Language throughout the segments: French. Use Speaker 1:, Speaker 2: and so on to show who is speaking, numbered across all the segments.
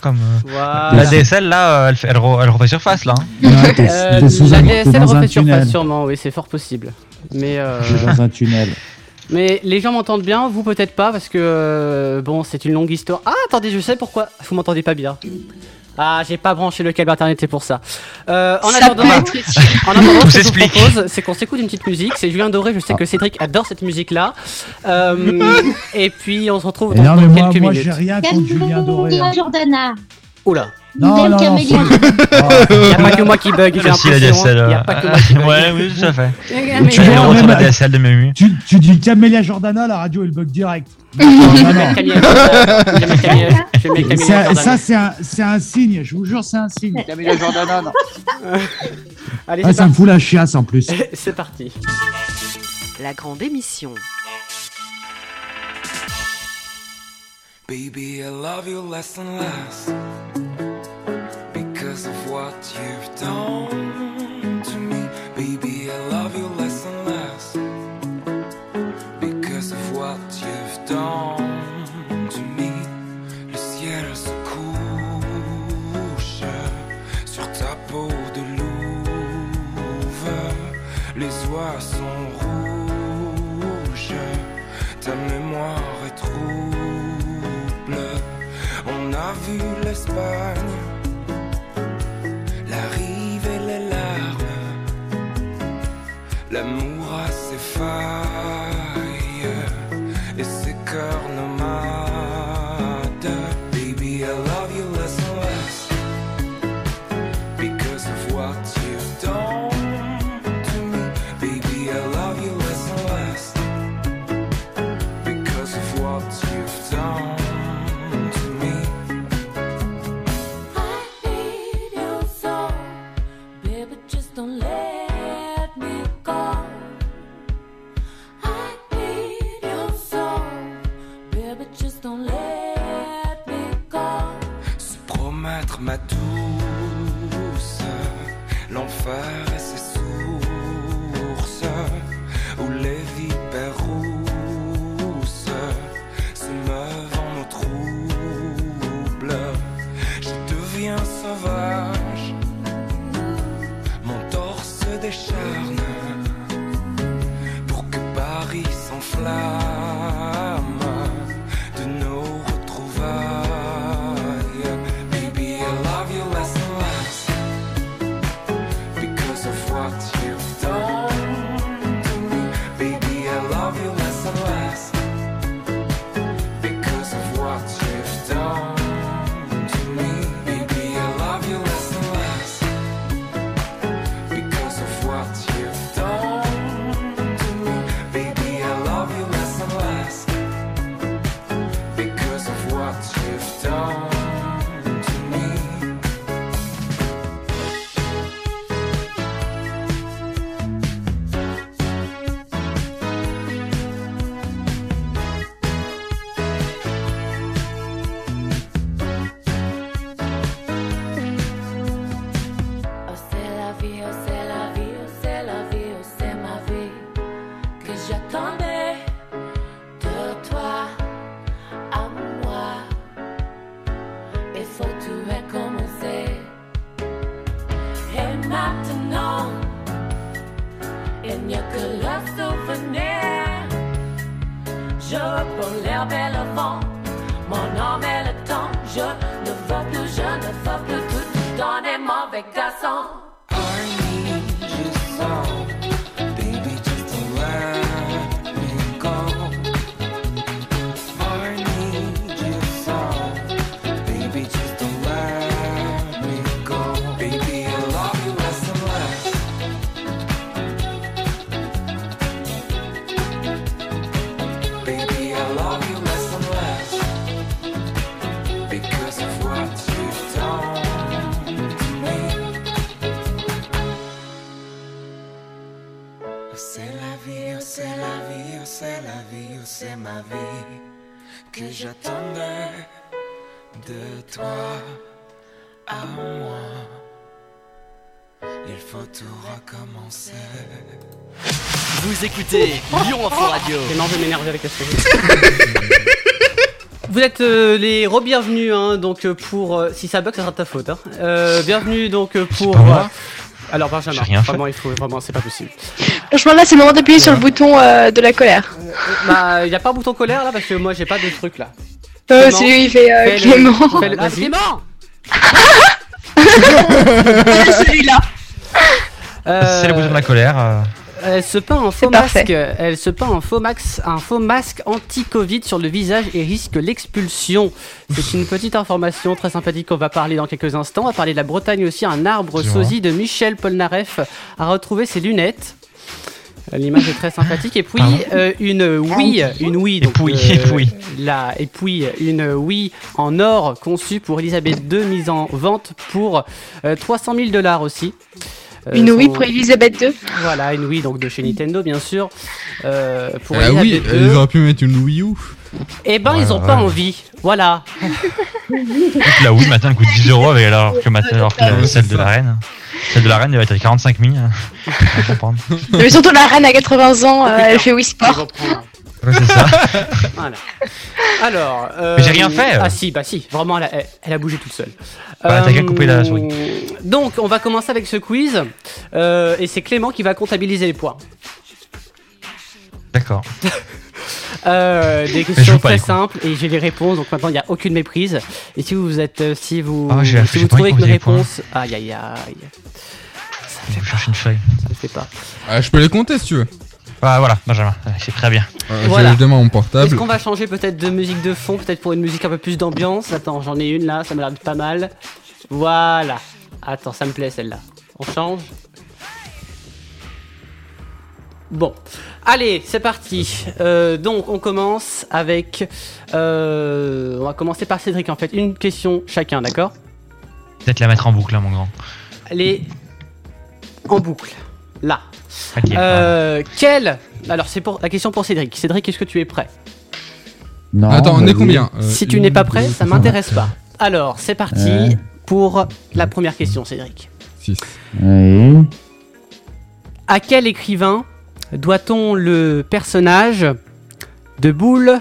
Speaker 1: comme. euh,
Speaker 2: Voilà.
Speaker 1: La DSL, là, euh, elle, fait- elle re- elle refait surface, là. hein.
Speaker 3: Ouais, t'es-
Speaker 2: Euh,
Speaker 3: t'es sous
Speaker 2: la
Speaker 3: un- t'es
Speaker 2: DSL
Speaker 3: dans un
Speaker 2: refait surface
Speaker 3: tunnel.
Speaker 2: sûrement, oui, c'est fort possible. Mais, euh,
Speaker 3: T'es dans un tunnel.
Speaker 2: mais les gens m'entendent bien, vous peut-être pas, parce que euh, bon, c'est une longue histoire. Ah, attendez, je sais pourquoi. Vous m'entendez pas bien. Ah, j'ai pas branché le câble internet, c'est pour ça. Euh, en
Speaker 4: Ça
Speaker 2: attendant,
Speaker 4: peut être utile.
Speaker 2: En attendant, ce que je vous
Speaker 1: s'explique.
Speaker 2: propose, c'est qu'on s'écoute une petite musique. C'est Julien Doré, je
Speaker 3: Ah.
Speaker 2: sais que Cédric adore cette musique-là. Euh, et puis on se retrouve
Speaker 3: Et non,
Speaker 2: dans,
Speaker 3: mais
Speaker 2: dans
Speaker 3: moi,
Speaker 2: quelques
Speaker 3: moi j'ai
Speaker 2: minutes.
Speaker 3: rien contre Julien Doré. hein.
Speaker 4: Calme-toi, Jordana.
Speaker 2: Oula,
Speaker 3: Non,
Speaker 4: Belle
Speaker 3: non, Oh. non,
Speaker 4: camélia.
Speaker 3: c'est-
Speaker 2: il n'y a pas que moi qui bug, j'ai
Speaker 1: Merci, la
Speaker 2: l'impression. hein.
Speaker 1: DSL.
Speaker 2: Il n'y a pas que moi qui bug.
Speaker 1: ouais, oui, tout à fait.
Speaker 3: Mais
Speaker 1: Tu
Speaker 3: non,
Speaker 1: es
Speaker 3: mais
Speaker 1: sur la
Speaker 3: ma-
Speaker 1: DSL de Mému.
Speaker 3: tu, tu dis Camélia Jordana, la radio elle bug direct. Non,
Speaker 2: Mhm.
Speaker 3: non, non.
Speaker 2: J'aime bien Camille- j'aime bien Camille- j'aime bien Camille
Speaker 3: C'est un-
Speaker 2: Jordan.
Speaker 3: ça, c'est un, c'est un signe, je vous jure, c'est un signe.
Speaker 5: Camélia Jordana, non.
Speaker 2: Allez,
Speaker 3: Ah,
Speaker 2: c'est
Speaker 3: ça me
Speaker 2: parti.
Speaker 3: fout la chiasse en plus.
Speaker 2: C'est parti.
Speaker 6: La grande émission.
Speaker 7: Baby, I love you less and less because of what you've done to me. Baby, I love you less and less because of what you've done to me. Le ciel se couche sur ta peau de louve. Les oies sont rouges, ta mémoire est trouble. On a vu l'Espagne, la rive et les larmes. L'amour a ses failles et ses cœurs nomades. Baby, I love you less and less because of what you've done to me. Baby, I love you less and less because of what you've done to me.
Speaker 8: I need you so, baby, just don't let me go. I need you so, baby, just don't let me go.
Speaker 7: se promettre ma douce, l'enfer et ses sources, où les vipères rousses se meuvent en nos troubles. Je deviens sauvage, mon torse se décharne pour que Paris s'enflamme de nos retrouvailles. Baby, I love you less and less because of what you've done to me. Baby, I love you less and less because of what you've done to me. Baby, I love you less and less because of what you've done to me. Baby, I love you less and less because of what you've done to me.
Speaker 8: Oh, c'est la vie, oh, c'est la vie, oh, c'est la vie, oh, c'est ma vie que j'attendais de toi à moi. Il faut tout recommencer. Et maintenant, il n'y a que le souvenir. Je prends l'herbe et le vent, mon âme et le temps. Je ne veux plus, je ne veux plus tout, tout donner, mauvais garçon.
Speaker 7: I need you so, baby, just don't let me go. I need you so, baby, just don't let me go. Baby, I love you less and less. Baby, I love you less and less because of what you've done to me. Oh, C'est la vie, oh, c'est la vie, oh, c'est la vie, oh, c'est ma vie que j'attendais de toi à moi. Il faut tout recommencer.
Speaker 9: Vous écoutez Lyon Info Radio.
Speaker 2: J'ai marre de m'énerver avec la souris. Vous êtes euh, les re-bienvenus, hein, donc euh, pour. euh, si ça bug, ça sera de ta faute. Hein. Euh, bienvenue donc euh, pour. euh,
Speaker 1: pas moi.
Speaker 2: Alors, Benjamin,
Speaker 1: J'ai rien fait.
Speaker 2: vraiment, il faut. Vraiment, c'est pas possible.
Speaker 4: Franchement, là, c'est le moment d'appuyer sur le bouton euh, de la colère.
Speaker 2: bah, y a pas un bouton colère là, parce que moi, j'ai pas de truc là.
Speaker 4: Euh,
Speaker 2: Clément.
Speaker 4: c'est lui, il fait euh,
Speaker 2: Fais le-
Speaker 4: Clément.
Speaker 2: fais le- Vas-y.
Speaker 4: celui-là.
Speaker 2: Euh,
Speaker 1: C'est le bouton de la colère. euh.
Speaker 2: Elle se peint en faux
Speaker 4: C'est parfait.
Speaker 2: masque. Elle se peint en faux max, un faux masque anti-Covid sur le visage et risque l'expulsion. C'est une petite information très sympathique qu'on va parler dans quelques instants. On va parler de la Bretagne aussi. Un arbre
Speaker 1: Dis-moi.
Speaker 2: sosie de Michel Polnareff a retrouvé ses lunettes. L'image est très sympathique. Et puis
Speaker 1: Pardon Ah
Speaker 2: euh, une oui, une oui, donc euh,
Speaker 1: Épouille, épouille.
Speaker 2: la et puis une oui en or conçue pour Elisabeth II, mise en vente pour euh, 300 000 dollars aussi. Euh,
Speaker 4: Une oui
Speaker 2: son-
Speaker 4: pour Elisabeth II.
Speaker 2: voilà, une Wii donc de chez Nintendo bien sûr. Euh, pour
Speaker 5: Ah oui,
Speaker 2: Elisabeth
Speaker 5: ils
Speaker 2: II.
Speaker 5: auraient pu mettre une Wii U.
Speaker 2: Eh ben ils ont
Speaker 1: Ouais,
Speaker 2: pas
Speaker 1: ouais.
Speaker 2: envie. Voilà.
Speaker 1: Écoute, La Wii maintenant elle coûte 10 euros avec- alors que, maintenant- alors que
Speaker 5: Ouais, c'est
Speaker 1: celle de
Speaker 5: ça.
Speaker 1: la reine. Celle de la reine elle va être à 45 000. hein. On va comprendre.
Speaker 4: Mais surtout, la reine à 80 ans, euh,
Speaker 2: putain.
Speaker 4: elle fait Wii Sport.
Speaker 1: Ouais, c'est ça.
Speaker 2: Voilà. Alors. euh,
Speaker 1: Mais j'ai rien fait.
Speaker 2: Ah si, bah si. Vraiment, elle a, elle- elle a bougé toute seule. Euh,
Speaker 1: Bah, t'as qu'à couper la souris.
Speaker 2: Donc on va commencer avec ce quiz Euh, et c'est Clément qui va comptabiliser les points.
Speaker 1: D'accord.
Speaker 2: Euh, des
Speaker 1: je
Speaker 2: questions
Speaker 1: joue pas,
Speaker 2: très
Speaker 1: du coup.
Speaker 2: simples et j'ai les réponses donc maintenant il n'y a aucune méprise. Et si vous êtes euh, si vous
Speaker 1: Ah, j'ai-
Speaker 2: si
Speaker 1: j'ai
Speaker 2: vous
Speaker 1: pas
Speaker 2: trouvez
Speaker 1: envie
Speaker 2: que
Speaker 1: de compter les
Speaker 2: mes
Speaker 1: points.
Speaker 2: réponses aïe aïe aïe
Speaker 1: Je vais chercher une feuille.
Speaker 2: ça ne fait pas.
Speaker 5: Ah, je peux les compter si tu veux.
Speaker 1: Ah, voilà, Benjamin, euh, c'est très bien.
Speaker 5: Euh,
Speaker 2: Voilà.
Speaker 5: J'ai demain mon
Speaker 2: Est-ce
Speaker 5: portable.
Speaker 2: qu'on va changer peut-être de musique de fond, peut-être pour une musique un peu plus d'ambiance Attends, j'en ai une là, ça m'a l'air de pas mal. Voilà. Attends, ça me plaît celle-là. On change Bon. Allez, c'est parti. Euh, donc, on commence avec... euh, on va commencer par Cédric, en fait. Une question chacun, d'accord
Speaker 1: Peut-être la mettre en boucle, hein, mon grand.
Speaker 2: Allez, en boucle. Là.
Speaker 1: Ok, voilà.
Speaker 2: Euh, quel... Alors, c'est pour la question pour Cédric. Cédric, est-ce que tu es prêt
Speaker 9: Non,
Speaker 5: Attends, on
Speaker 9: bah
Speaker 10: Ah,
Speaker 5: est
Speaker 9: oui.
Speaker 5: combien Euh,
Speaker 2: Si tu
Speaker 5: une,
Speaker 2: n'es pas prêt,
Speaker 5: deux,
Speaker 2: ça
Speaker 5: trois,
Speaker 2: m'intéresse pas. Alors, c'est parti
Speaker 9: Ouais.
Speaker 2: pour la première question, Cédric.
Speaker 5: six.
Speaker 9: Oui.
Speaker 2: À quel écrivain doit-on le personnage de Boule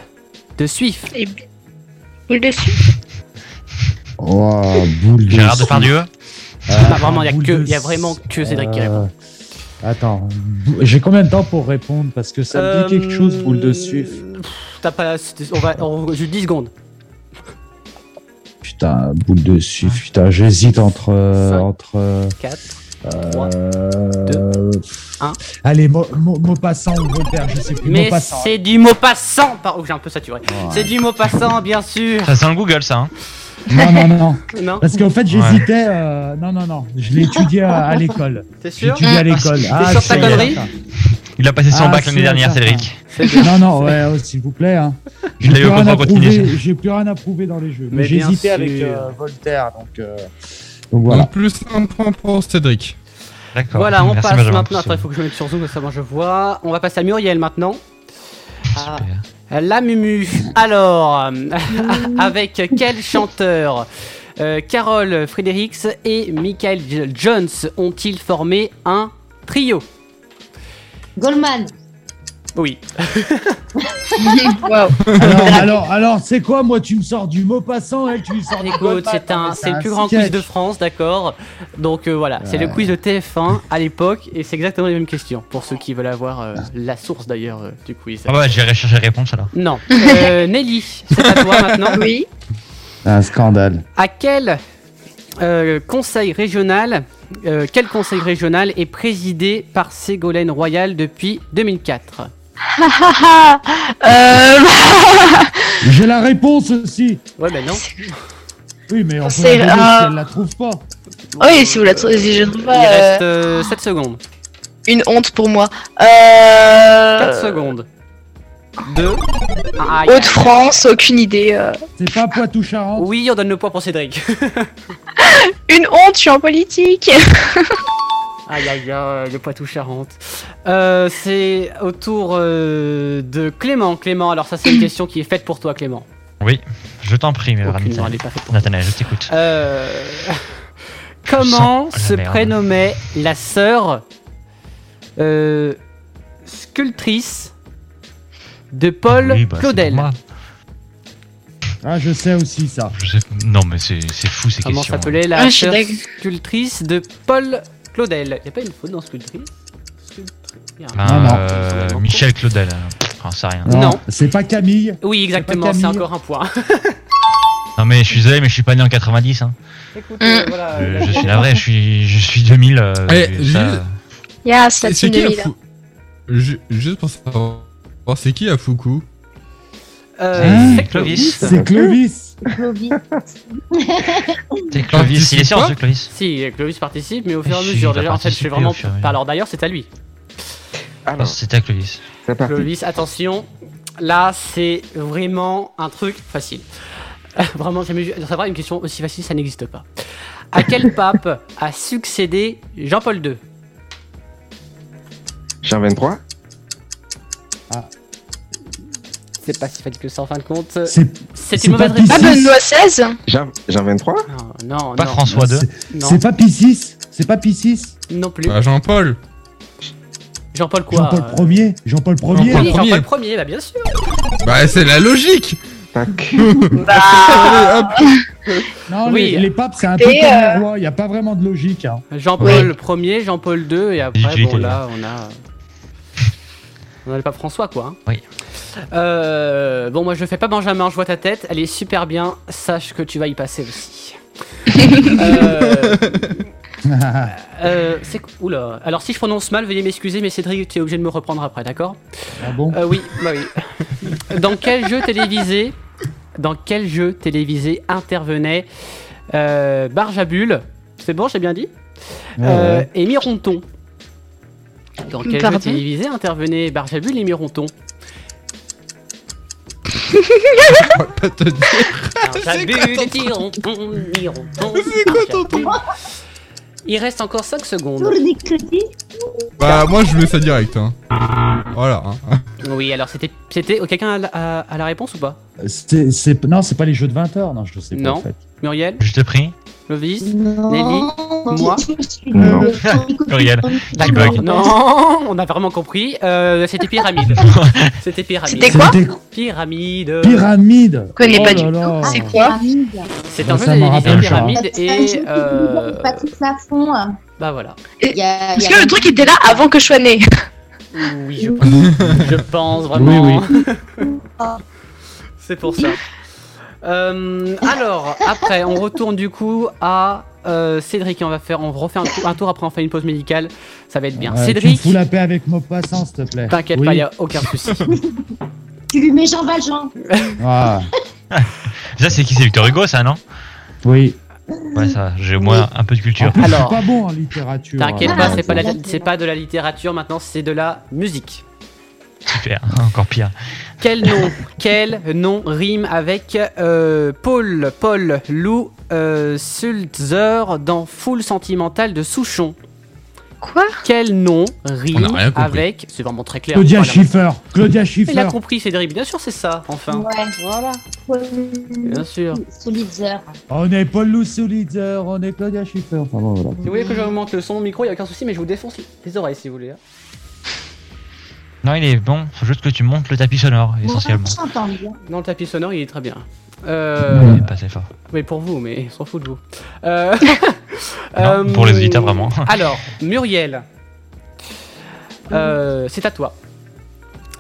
Speaker 2: de Suif
Speaker 4: Et boule dessus.
Speaker 9: Oh, boule de
Speaker 1: Gérard
Speaker 9: cire.
Speaker 1: Depardieu
Speaker 9: Ah,
Speaker 2: Bah, Vraiment, il y a
Speaker 3: Boule
Speaker 2: que,
Speaker 3: de
Speaker 2: il y a vraiment que Cédric qui répond.
Speaker 9: Euh, Attends, bou- j'ai combien de temps pour répondre Parce que ça me dit quelque chose, boule de suif.
Speaker 2: Euh, pff, T'as pas, on va, on, juste 10 secondes.
Speaker 9: Putain, boule de suif, putain, j'hésite entre. euh,
Speaker 2: Cinq.
Speaker 9: entre euh,
Speaker 2: 4.
Speaker 9: euh,
Speaker 3: Allez, mot, mot, mot passant ou repère, je sais plus.
Speaker 2: Mais
Speaker 3: mot passant.
Speaker 2: c'est du mot passant. par- Oh, j'ai un peu saturé. C'est du mot passant, bien sûr.
Speaker 1: Ça sent le Google, ça. Hein.
Speaker 9: Non, non, non.
Speaker 2: Non,
Speaker 3: Parce qu'en fait,
Speaker 1: Ouais.
Speaker 3: j'hésitais. euh, non, non, non. Je l'ai étudié à, à l'école.
Speaker 2: t'es
Speaker 3: J'ai
Speaker 2: sûr
Speaker 3: étudié à l'école. Ah,
Speaker 2: T'es sûr de ta
Speaker 3: ça y est,
Speaker 2: connerie
Speaker 3: putain.
Speaker 1: Il a passé son
Speaker 3: Ah,
Speaker 1: bac l'année
Speaker 3: c'est
Speaker 1: dernière,
Speaker 3: ça.
Speaker 1: Cédric.
Speaker 3: Non, non, ouais, oh, s'il vous plaît. Hein.
Speaker 1: Je l'ai eu
Speaker 3: Plus
Speaker 1: au
Speaker 3: rien
Speaker 1: contrat
Speaker 3: à prouver-
Speaker 1: continué.
Speaker 3: J'ai plus rien à prouver dans les jeux.
Speaker 2: Mais
Speaker 3: Mais j'ai
Speaker 2: bien
Speaker 3: hésité
Speaker 2: sûr.
Speaker 3: avec euh, Voltaire, donc. euh, donc voilà.
Speaker 5: Donc plus un point pour Cédric.
Speaker 1: D'accord.
Speaker 2: Voilà, on
Speaker 1: Merci,
Speaker 2: passe
Speaker 1: Benjamin,
Speaker 2: maintenant.
Speaker 1: pour ce-
Speaker 2: Attends, il faut que je mette sur zoom, comme ça moi je vois. On va passer à Muriel maintenant. Ah,
Speaker 1: Super.
Speaker 2: la Mumu. Alors, euh, avec quel chanteur euh, Carole Fredericks et Michael J- Jones ont-ils formé un trio
Speaker 11: Goldman.
Speaker 2: Oui.
Speaker 4: Waouh.
Speaker 3: Alors, alors, alors, c'est quoi Moi, tu me sors du mot passant, elle, tu me sors des
Speaker 2: Ah, Écoute,
Speaker 3: Goldman.
Speaker 2: c'est
Speaker 3: Non,
Speaker 2: un,
Speaker 3: mais
Speaker 2: c'est
Speaker 1: Ah,
Speaker 2: le plus grand quiz
Speaker 3: sketch.
Speaker 2: de France, d'accord. Donc euh, voilà, c'est le quiz de TF1 à l'époque et c'est exactement les mêmes questions pour ceux qui veulent avoir euh, la source d'ailleurs euh, du quiz.
Speaker 1: Ah ouais, j'irai chercher les réponses alors.
Speaker 2: Non, Euh, Nelly, c'est à toi maintenant.
Speaker 4: Oui.
Speaker 9: Un scandale.
Speaker 2: À quel euh, conseil régional euh, quel conseil régional est présidé par Ségolène Royal depuis 2004
Speaker 4: Ah, ah, euh,
Speaker 3: J'ai la réponse aussi.
Speaker 2: Ouais, ben non.
Speaker 3: Oui, mais on peut
Speaker 4: C'est-
Speaker 3: la donner
Speaker 4: ah.
Speaker 3: si elle la trouve pas.
Speaker 4: oui, si vous la trouvez, si je ne trouve
Speaker 2: Il
Speaker 4: pas, euh,
Speaker 2: reste 7 secondes.
Speaker 4: une honte pour moi.
Speaker 2: 4
Speaker 4: Euh,
Speaker 2: secondes. 2. Aïe.
Speaker 4: Haute-France, aucune idée. euh.
Speaker 3: C'est pas Poitou-Charentes.
Speaker 2: Oui, on donne le poids pour Cédric.
Speaker 4: Une honte, je suis en politique.
Speaker 2: Aïe aïe aïe, le Poitou-Charentes. Euh, c'est au tour euh, de Clément. Clément, alors ça c'est une question qui est faite pour toi Clément.
Speaker 1: Je t'en prie, mais
Speaker 2: Aucune, non,
Speaker 1: vraiment.
Speaker 2: elle est pas faite pour toi.
Speaker 1: Nathanaël, je t'écoute.
Speaker 2: Euh, Comment
Speaker 1: Je sens
Speaker 2: se
Speaker 1: la merde.
Speaker 2: prénommait la sœur euh, sculptrice de Paul
Speaker 1: Oui, bah, c'est
Speaker 2: Claudel
Speaker 1: pour moi.
Speaker 3: Ah, je sais aussi ça.
Speaker 1: Je sais- Non, mais c'est c'est fou ces
Speaker 2: Comment
Speaker 1: questions.
Speaker 2: s'appelait la
Speaker 4: Ah, je suis deg.
Speaker 2: sculptrice de Paul Claudel Il a pas une faute dans sculptrice Sculptrice.
Speaker 1: Ben,
Speaker 3: Non, non.
Speaker 1: euh, Michel Claudel. J'en sais rien.
Speaker 2: Non.
Speaker 3: C'est pas Camille.
Speaker 2: Oui, exactement,
Speaker 3: Camille.
Speaker 2: c'est encore un point.
Speaker 1: Non, mais je suis désolé, mais je suis pas né en 90. Hein.
Speaker 2: Écoute, euh, voilà.
Speaker 1: Je, je suis navré, je suis, je suis 2000. euh,
Speaker 5: Eh,
Speaker 1: ça-
Speaker 5: Jules,
Speaker 4: Yeah, c'est
Speaker 5: C'est
Speaker 4: la team
Speaker 5: c'est qui à
Speaker 4: 2000.
Speaker 5: Fou... Ju- Juste pour savoir, c'est qui à Foucault
Speaker 2: Euh,
Speaker 1: Hein
Speaker 2: c'est Clovis.
Speaker 3: C'est Clovis.
Speaker 11: Clovis.
Speaker 1: C'est Clovis, il est sur ce Clovis.
Speaker 2: Si, Clovis participe, mais au fur et à
Speaker 1: Si,
Speaker 2: mesure.
Speaker 1: il va
Speaker 2: Déjà, en fait, je
Speaker 1: participer
Speaker 2: fais vraiment.
Speaker 1: au fur et à
Speaker 2: Par l'ordre d'ailleurs, c'est à lui. Ah
Speaker 1: Non, C'était à Clovis.
Speaker 10: c'est parti.
Speaker 2: Clovis, attention. Là, c'est vraiment un truc facile. vraiment, jamais vu. savoir une question aussi facile, ça n'existe pas. À quel pape a succédé Jean-Paul II
Speaker 10: Jean 23
Speaker 2: Ah. C'est pas si facile que ça en fin de compte.
Speaker 3: C'est
Speaker 2: C'est
Speaker 3: c'est
Speaker 2: une mauvaise
Speaker 3: pas
Speaker 4: Ah,
Speaker 2: réponse.
Speaker 3: Pie VI.
Speaker 4: Benoît XVI
Speaker 10: Jean, Jean 23
Speaker 2: Non, Oh non,
Speaker 1: Pas
Speaker 2: non,
Speaker 1: François II.
Speaker 2: non,
Speaker 3: c'est pas Piscis. C'est pas Piscis.
Speaker 2: non plus.
Speaker 5: Bah, Jean-Paul.
Speaker 2: Jean-Paul quoi
Speaker 3: Jean-Paul
Speaker 2: euh,
Speaker 3: Ier. Jean-Paul Ier.
Speaker 5: Jean-Paul
Speaker 2: Oui, Jean-Paul
Speaker 5: Ier.
Speaker 2: Ier, bah bien sûr.
Speaker 5: Bah, c'est la logique
Speaker 10: Tac.
Speaker 4: Bah,
Speaker 3: Non,
Speaker 2: Oui.
Speaker 3: les, les papes, c'est un peu comme
Speaker 4: Et,
Speaker 3: les
Speaker 4: euh,
Speaker 3: rois. Il n'y a pas vraiment de logique. hein.
Speaker 2: Jean-Paul Ier, Jean-Paul II, et après,
Speaker 1: Digital.
Speaker 2: bon, là, on a. On a le pape François, quoi. hein.
Speaker 1: Oui.
Speaker 2: Euh, bon, moi, je fais pas Benjamin, je vois ta tête, elle est super bien, sache que tu vas y passer aussi. euh,
Speaker 3: Ah
Speaker 2: euh, c'est qu- Oula. Alors, si je prononce mal, veuillez m'excuser, mais Cédric, tu es obligé de me reprendre après, d'accord
Speaker 3: Ah bon
Speaker 2: Euh, Oui, bah oui. Dans quel jeu télévisé. Dans quel jeu télévisé intervenait euh, Barjabul C'est bon, j'ai bien dit
Speaker 3: Ah Ouais,
Speaker 2: euh,
Speaker 3: ouais.
Speaker 2: et Mironton. Dans quel
Speaker 4: Pardon
Speaker 2: jeu télévisé intervenaient Barjabul et Mironton
Speaker 5: Pas te dire.
Speaker 2: Barjabul et Mironton, Mironton. C'est quoi ton Il reste encore 5
Speaker 11: Pour
Speaker 2: secondes.
Speaker 11: des crédits.
Speaker 5: Bah, moi, je mets ça direct. Hein. Voilà. hein.
Speaker 2: Oui, alors c'était. c'était oh, Quelqu'un a, la- a- a la réponse ou pas
Speaker 9: C'est- c'est- Non, c'est pas les jeux de 20 heures, non, je sais pas.
Speaker 2: Non.
Speaker 9: En fait.
Speaker 2: Muriel
Speaker 1: Je te prie.
Speaker 2: Lovis
Speaker 11: Non.
Speaker 2: Nelly, moi
Speaker 10: Non.
Speaker 1: Muriel, bug.
Speaker 3: Ah.
Speaker 2: Non, on a vraiment compris. Euh, c'était Pyramide. c'était Pyramide.
Speaker 4: C'était quoi
Speaker 3: C'était
Speaker 2: Euh, Pyramide.
Speaker 3: Pyramide.
Speaker 4: je connais pas
Speaker 3: Oh
Speaker 4: du
Speaker 3: là
Speaker 4: tout.
Speaker 3: là.
Speaker 4: C'est quoi
Speaker 2: C'est un
Speaker 3: Ça
Speaker 2: jeu
Speaker 3: me
Speaker 2: télévisé
Speaker 1: rappelle,
Speaker 2: Pyramide et. euh,
Speaker 11: Patrick Lafont.
Speaker 2: bah voilà.
Speaker 11: Il y a, il
Speaker 4: Parce
Speaker 11: y
Speaker 4: que
Speaker 11: a-
Speaker 4: le truc était là avant que je sois née.
Speaker 2: Oui, Ah. je pense, je pense vraiment. C'est pour ça. Euh, alors, après, on retourne du coup à euh, Cédric et on va faire, on refait un, tour- un tour après, on fait une pause médicale. Ça va être bien.
Speaker 3: Ouais, Tu te
Speaker 2: Cédric,
Speaker 3: fous la paix avec Maupassant, s'il te plaît.
Speaker 2: t'inquiète
Speaker 3: Oui.
Speaker 2: pas, y a aucun souci.
Speaker 11: Tu lui mets Jean Valjean.
Speaker 3: Ah,
Speaker 1: Ça, c'est qui C'est Victor Hugo, ça, non
Speaker 3: oui.
Speaker 1: Ouais, ça, j'ai au moins un peu de
Speaker 3: En
Speaker 1: culture.
Speaker 3: plus, je suis
Speaker 2: Alors,
Speaker 3: pas bon en littérature.
Speaker 2: T'inquiète
Speaker 3: hein.
Speaker 2: pas,
Speaker 11: Ah,
Speaker 2: c'est pas, la-
Speaker 11: d'accord.
Speaker 2: c'est pas de la littérature maintenant, c'est de la musique.
Speaker 1: Super, encore pire.
Speaker 2: Quel nom, quel nom rime avec euh, Paul, Paul Lou euh, Sulzer dans Foule sentimentale de Souchon
Speaker 4: Quoi
Speaker 2: Quel nom
Speaker 5: On
Speaker 2: rime
Speaker 5: a rien compris.
Speaker 2: avec C'est vraiment très clair.
Speaker 3: Claudia
Speaker 2: Voilà.
Speaker 3: Schiffer. Claudia
Speaker 2: Il a
Speaker 3: Schiffer.
Speaker 2: compris, Cédric. Bien sûr, c'est ça. Enfin,
Speaker 11: Ouais.
Speaker 2: voilà. Bien
Speaker 11: Paul
Speaker 2: sûr.
Speaker 11: Solitzer.
Speaker 3: On est Paul Lussolitzer, on est Claudia Schiffer. Enfin bon, voilà.
Speaker 2: Si vous voulez que j'augmente le son au micro, il y a aucun souci, mais je vous défonce les oreilles si vous voulez. hein.
Speaker 1: Non, il est bon, faut juste que tu montes le tapis sonore, essentiellement.
Speaker 11: J'entends bien.
Speaker 2: Dans le tapis sonore, il est très bien. Euh,
Speaker 1: Il est pas assez fort.
Speaker 2: Oui, pour vous, mais on s'en fout de vous. Euh,
Speaker 1: Non, pour les auditeurs, vraiment.
Speaker 2: Alors, Muriel, Euh, c'est à toi.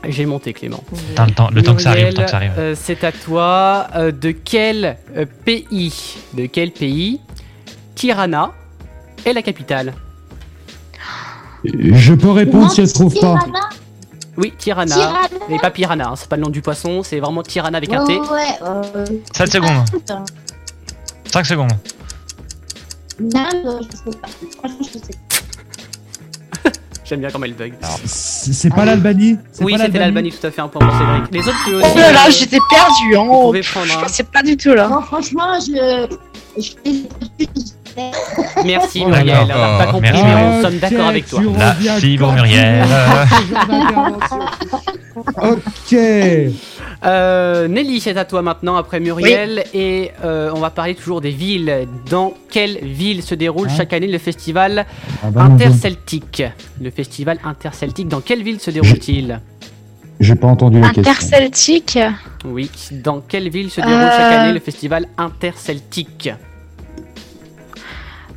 Speaker 2: J'ai monté, Clément.
Speaker 1: Attends, le temps, le temps que ça arrive, le
Speaker 2: Muriel,
Speaker 1: temps que ça arrive.
Speaker 2: euh, c'est à toi. Euh, de quel euh, pays De quel pays Tirana est la capitale
Speaker 3: Je peux répondre si elle
Speaker 11: Non,
Speaker 3: trouve pas.
Speaker 11: Tirana,
Speaker 2: Oui, Tirana.
Speaker 11: Tirana.
Speaker 2: Mais pas Piranha, hein, c'est pas le nom du poisson, c'est vraiment Tirana avec un T.
Speaker 11: Ouais,
Speaker 4: Oh.
Speaker 11: ouais, euh,
Speaker 1: 7 secondes,
Speaker 11: putain.
Speaker 1: 5 secondes.
Speaker 11: Non, je sais pas. Franchement, je sais pas.
Speaker 2: J'aime bien quand elle bug.
Speaker 3: C'est c'est pas l'Albanie C'est
Speaker 2: Ah Oui,
Speaker 3: pas
Speaker 2: c'était l'Albanie, tout à fait, un point pour Cédric. Les autres, tu
Speaker 4: Oh là là, j'étais perdue. hein.
Speaker 2: Vous pouvez
Speaker 4: Pff,
Speaker 2: prendre, hein.
Speaker 4: Je pensais pas du tout là.
Speaker 11: Non, franchement, je. Je fais
Speaker 2: Merci,
Speaker 3: Oh là
Speaker 2: Muriel, on
Speaker 5: là.
Speaker 2: n'a pas compris,
Speaker 1: euh, Merci,
Speaker 2: mais
Speaker 1: Muriel.
Speaker 2: nous sommes d'accord avec toi.
Speaker 1: La fibre Muriel. Euh,
Speaker 3: Ok.
Speaker 2: Euh, Nelly, c'est à toi maintenant, après Muriel, et euh, on va parler toujours des villes. Dans quelle ville se déroule
Speaker 3: Hein
Speaker 2: chaque année le festival
Speaker 3: Ah bah non, donc,
Speaker 2: interceltique Le festival interceltique, dans quelle ville se déroule-t-il
Speaker 9: J'ai pas entendu la question.
Speaker 4: Interceltique
Speaker 2: Oui. Dans quelle ville se déroule chaque
Speaker 4: Euh.
Speaker 2: année le festival interceltique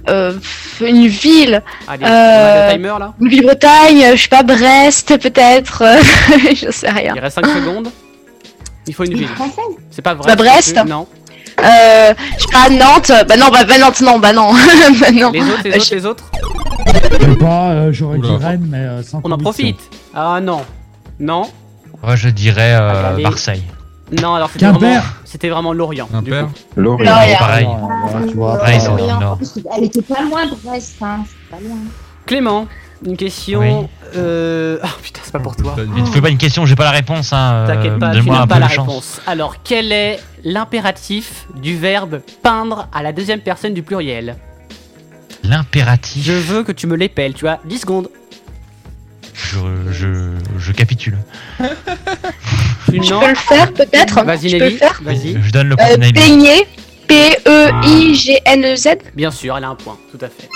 Speaker 4: euh, pff, Une ville
Speaker 2: Allez, on a le timer là
Speaker 4: Une ville Bretagne, euh, je sais pas, Brest peut-être euh, Je sais rien.
Speaker 2: Il reste 5 secondes. Il faut une ville. C'est pas vrai.
Speaker 4: Bah, Brest.
Speaker 2: Non.
Speaker 4: Euh, je sais pas, Nantes Bah non, bah, bah, Nantes, non, bah non Bah non
Speaker 2: Les autres, les autres, les autres
Speaker 9: Je sais pas, euh, j'aurais dit Rennes, mais euh, sans
Speaker 2: On en profite. Ah non. Non.
Speaker 1: Moi, je dirais euh,
Speaker 2: Regardez.
Speaker 1: Marseille.
Speaker 2: Oh, Non, alors c'était
Speaker 9: Quimper.
Speaker 2: vraiment, c'était vraiment l'Orient. du coup.
Speaker 1: Lorient.
Speaker 3: Ah,
Speaker 1: Pareil.
Speaker 2: Oh.
Speaker 11: hein.
Speaker 9: tu vois,
Speaker 1: Pareil, c'est
Speaker 11: Orient.
Speaker 1: dans le Nord.
Speaker 11: Elle était pas loin, Brest, hein. C'est pas loin.
Speaker 2: Clément, une question. euh, Ah putain, c'est pas pour toi.
Speaker 1: Mais tu fais pas une question, j'ai pas la réponse. Hein.
Speaker 2: T'inquiète
Speaker 1: euh,
Speaker 2: pas, tu
Speaker 1: Donne-moi
Speaker 2: n'as
Speaker 1: un
Speaker 2: pas
Speaker 1: peu
Speaker 2: la
Speaker 1: de chance.
Speaker 2: réponse. Alors, quel est l'impératif du verbe peindre à la deuxième personne du pluriel
Speaker 1: L'impératif.
Speaker 2: Je veux que tu me l'épelles, tu as 10 secondes.
Speaker 1: Je, je, je capitule.
Speaker 2: Tu
Speaker 4: Je
Speaker 2: n'en-
Speaker 4: peux le faire peut-être
Speaker 2: Vas-y,
Speaker 4: Je peux le
Speaker 2: Nelly.
Speaker 4: faire
Speaker 2: Vas-y.
Speaker 1: Je donne le point
Speaker 4: euh,
Speaker 1: à Nelly.
Speaker 4: Peigner P-E-I-G-N-E-Z
Speaker 2: Bien sûr, elle a un point, tout à fait.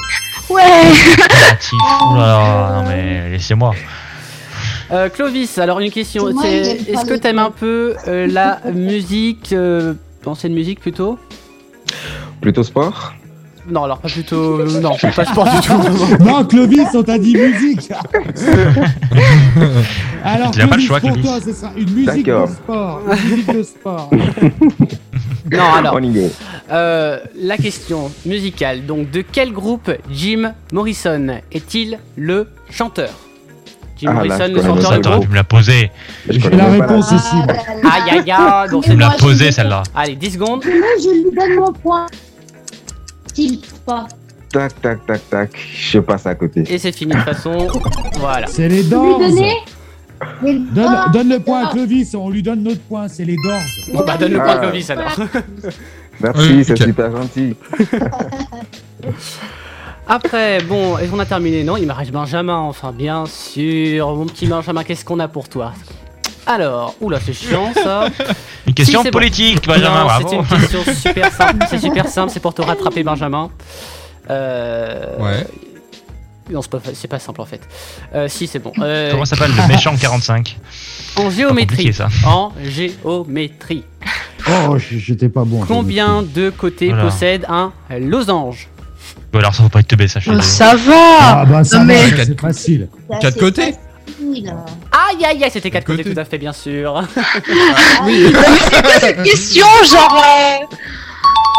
Speaker 4: Ouais
Speaker 1: Impératif. Ouh là là, non mais laissez-moi.
Speaker 2: Euh, Clovis, alors une question.
Speaker 11: C'est moi,
Speaker 2: c'est-
Speaker 11: j'aime pas
Speaker 2: Est-ce que
Speaker 11: les-
Speaker 2: t'aimes un peu euh, la musique euh, Ancienne musique plutôt
Speaker 10: Plutôt sport
Speaker 2: Non, alors pas plutôt. euh, non, pas sport du tout.
Speaker 3: Non, Clovis, on t'a dit musique. Alors,
Speaker 1: Il a pas le
Speaker 3: Clovis,
Speaker 1: choix,
Speaker 3: pour
Speaker 1: Clovis.
Speaker 3: toi, ce sera une musique de
Speaker 10: D'accord.
Speaker 3: sport. Une musique de sport.
Speaker 2: Non, alors.
Speaker 10: On y est.
Speaker 2: Euh, la question musicale. Donc, de quel groupe Jim Morrison est-il le chanteur Jim
Speaker 10: Ah, là,
Speaker 2: Morrison,
Speaker 10: je
Speaker 2: le
Speaker 10: connais
Speaker 2: chanteur
Speaker 10: pas
Speaker 1: Ça
Speaker 2: du
Speaker 1: t'aurais
Speaker 10: le
Speaker 2: groupe
Speaker 1: pu me la poser.
Speaker 10: Je
Speaker 9: J'ai
Speaker 10: connais
Speaker 9: la
Speaker 10: même pas
Speaker 9: réponse aussi.
Speaker 11: Ah,
Speaker 9: moi.
Speaker 11: là, là.
Speaker 2: Aïe aïe aïe donc
Speaker 1: Tu
Speaker 2: c'est-
Speaker 1: me la
Speaker 11: Moi, je
Speaker 1: posée
Speaker 11: dis-
Speaker 1: celle-là.
Speaker 2: Allez, 10 secondes.
Speaker 11: Moi, je lui donne mon point. S'il pas.
Speaker 10: Tac, tac, tac, tac. Je passe à côté.
Speaker 2: Et c'est fini de toute façon. Voilà.
Speaker 3: C'est les
Speaker 11: Lui
Speaker 3: Doors.
Speaker 11: donner Mais-
Speaker 3: Donne,
Speaker 11: Ah,
Speaker 3: donne le point à Clovis, on lui donne notre point, c'est les Doors.
Speaker 2: Bah, donne le point à
Speaker 10: Ah.
Speaker 2: Clovis alors.
Speaker 10: Merci,
Speaker 5: Oui,
Speaker 10: c'est
Speaker 5: ok.
Speaker 10: super gentil.
Speaker 2: Après, bon, est-ce qu'on a terminé Non, il me reste Benjamin, enfin, bien sûr. Mon petit Benjamin, qu'est-ce qu'on a pour toi Alors, oula, c'est chiant ça.
Speaker 1: Une question
Speaker 2: c'est bon.
Speaker 1: politique, Benjamin,
Speaker 2: Non,
Speaker 1: bravo.
Speaker 2: C'est une question super simple. C'est super simple, c'est pour te rattraper, Benjamin. Euh...
Speaker 5: Ouais.
Speaker 2: Non, c'est pas, c'est pas simple en fait. Euh, si, c'est bon. Euh,
Speaker 1: Comment s'appelle le méchant 45
Speaker 2: en
Speaker 1: Pas compliqué
Speaker 2: géométrie.
Speaker 1: ça.
Speaker 2: En géométrie.
Speaker 9: Oh, j- j'étais pas bon.
Speaker 2: Combien de côtés
Speaker 1: Voilà.
Speaker 2: possède un losange
Speaker 1: Bon, alors ça faut pas être teubé, ça je suis
Speaker 4: Oh,
Speaker 1: désolé.
Speaker 4: Ça va
Speaker 9: Ah bah ça,
Speaker 4: Non, mais-
Speaker 9: va, c'est facile.
Speaker 11: c'est
Speaker 5: Quatre
Speaker 11: assez
Speaker 5: côtés.
Speaker 11: facile.
Speaker 2: Aïe aïe aïe, c'était quatre côtés,
Speaker 5: Côté.
Speaker 2: tout à fait, bien sûr.
Speaker 11: Oui.
Speaker 4: Non, mais c'est quoi cette question Genre. euh,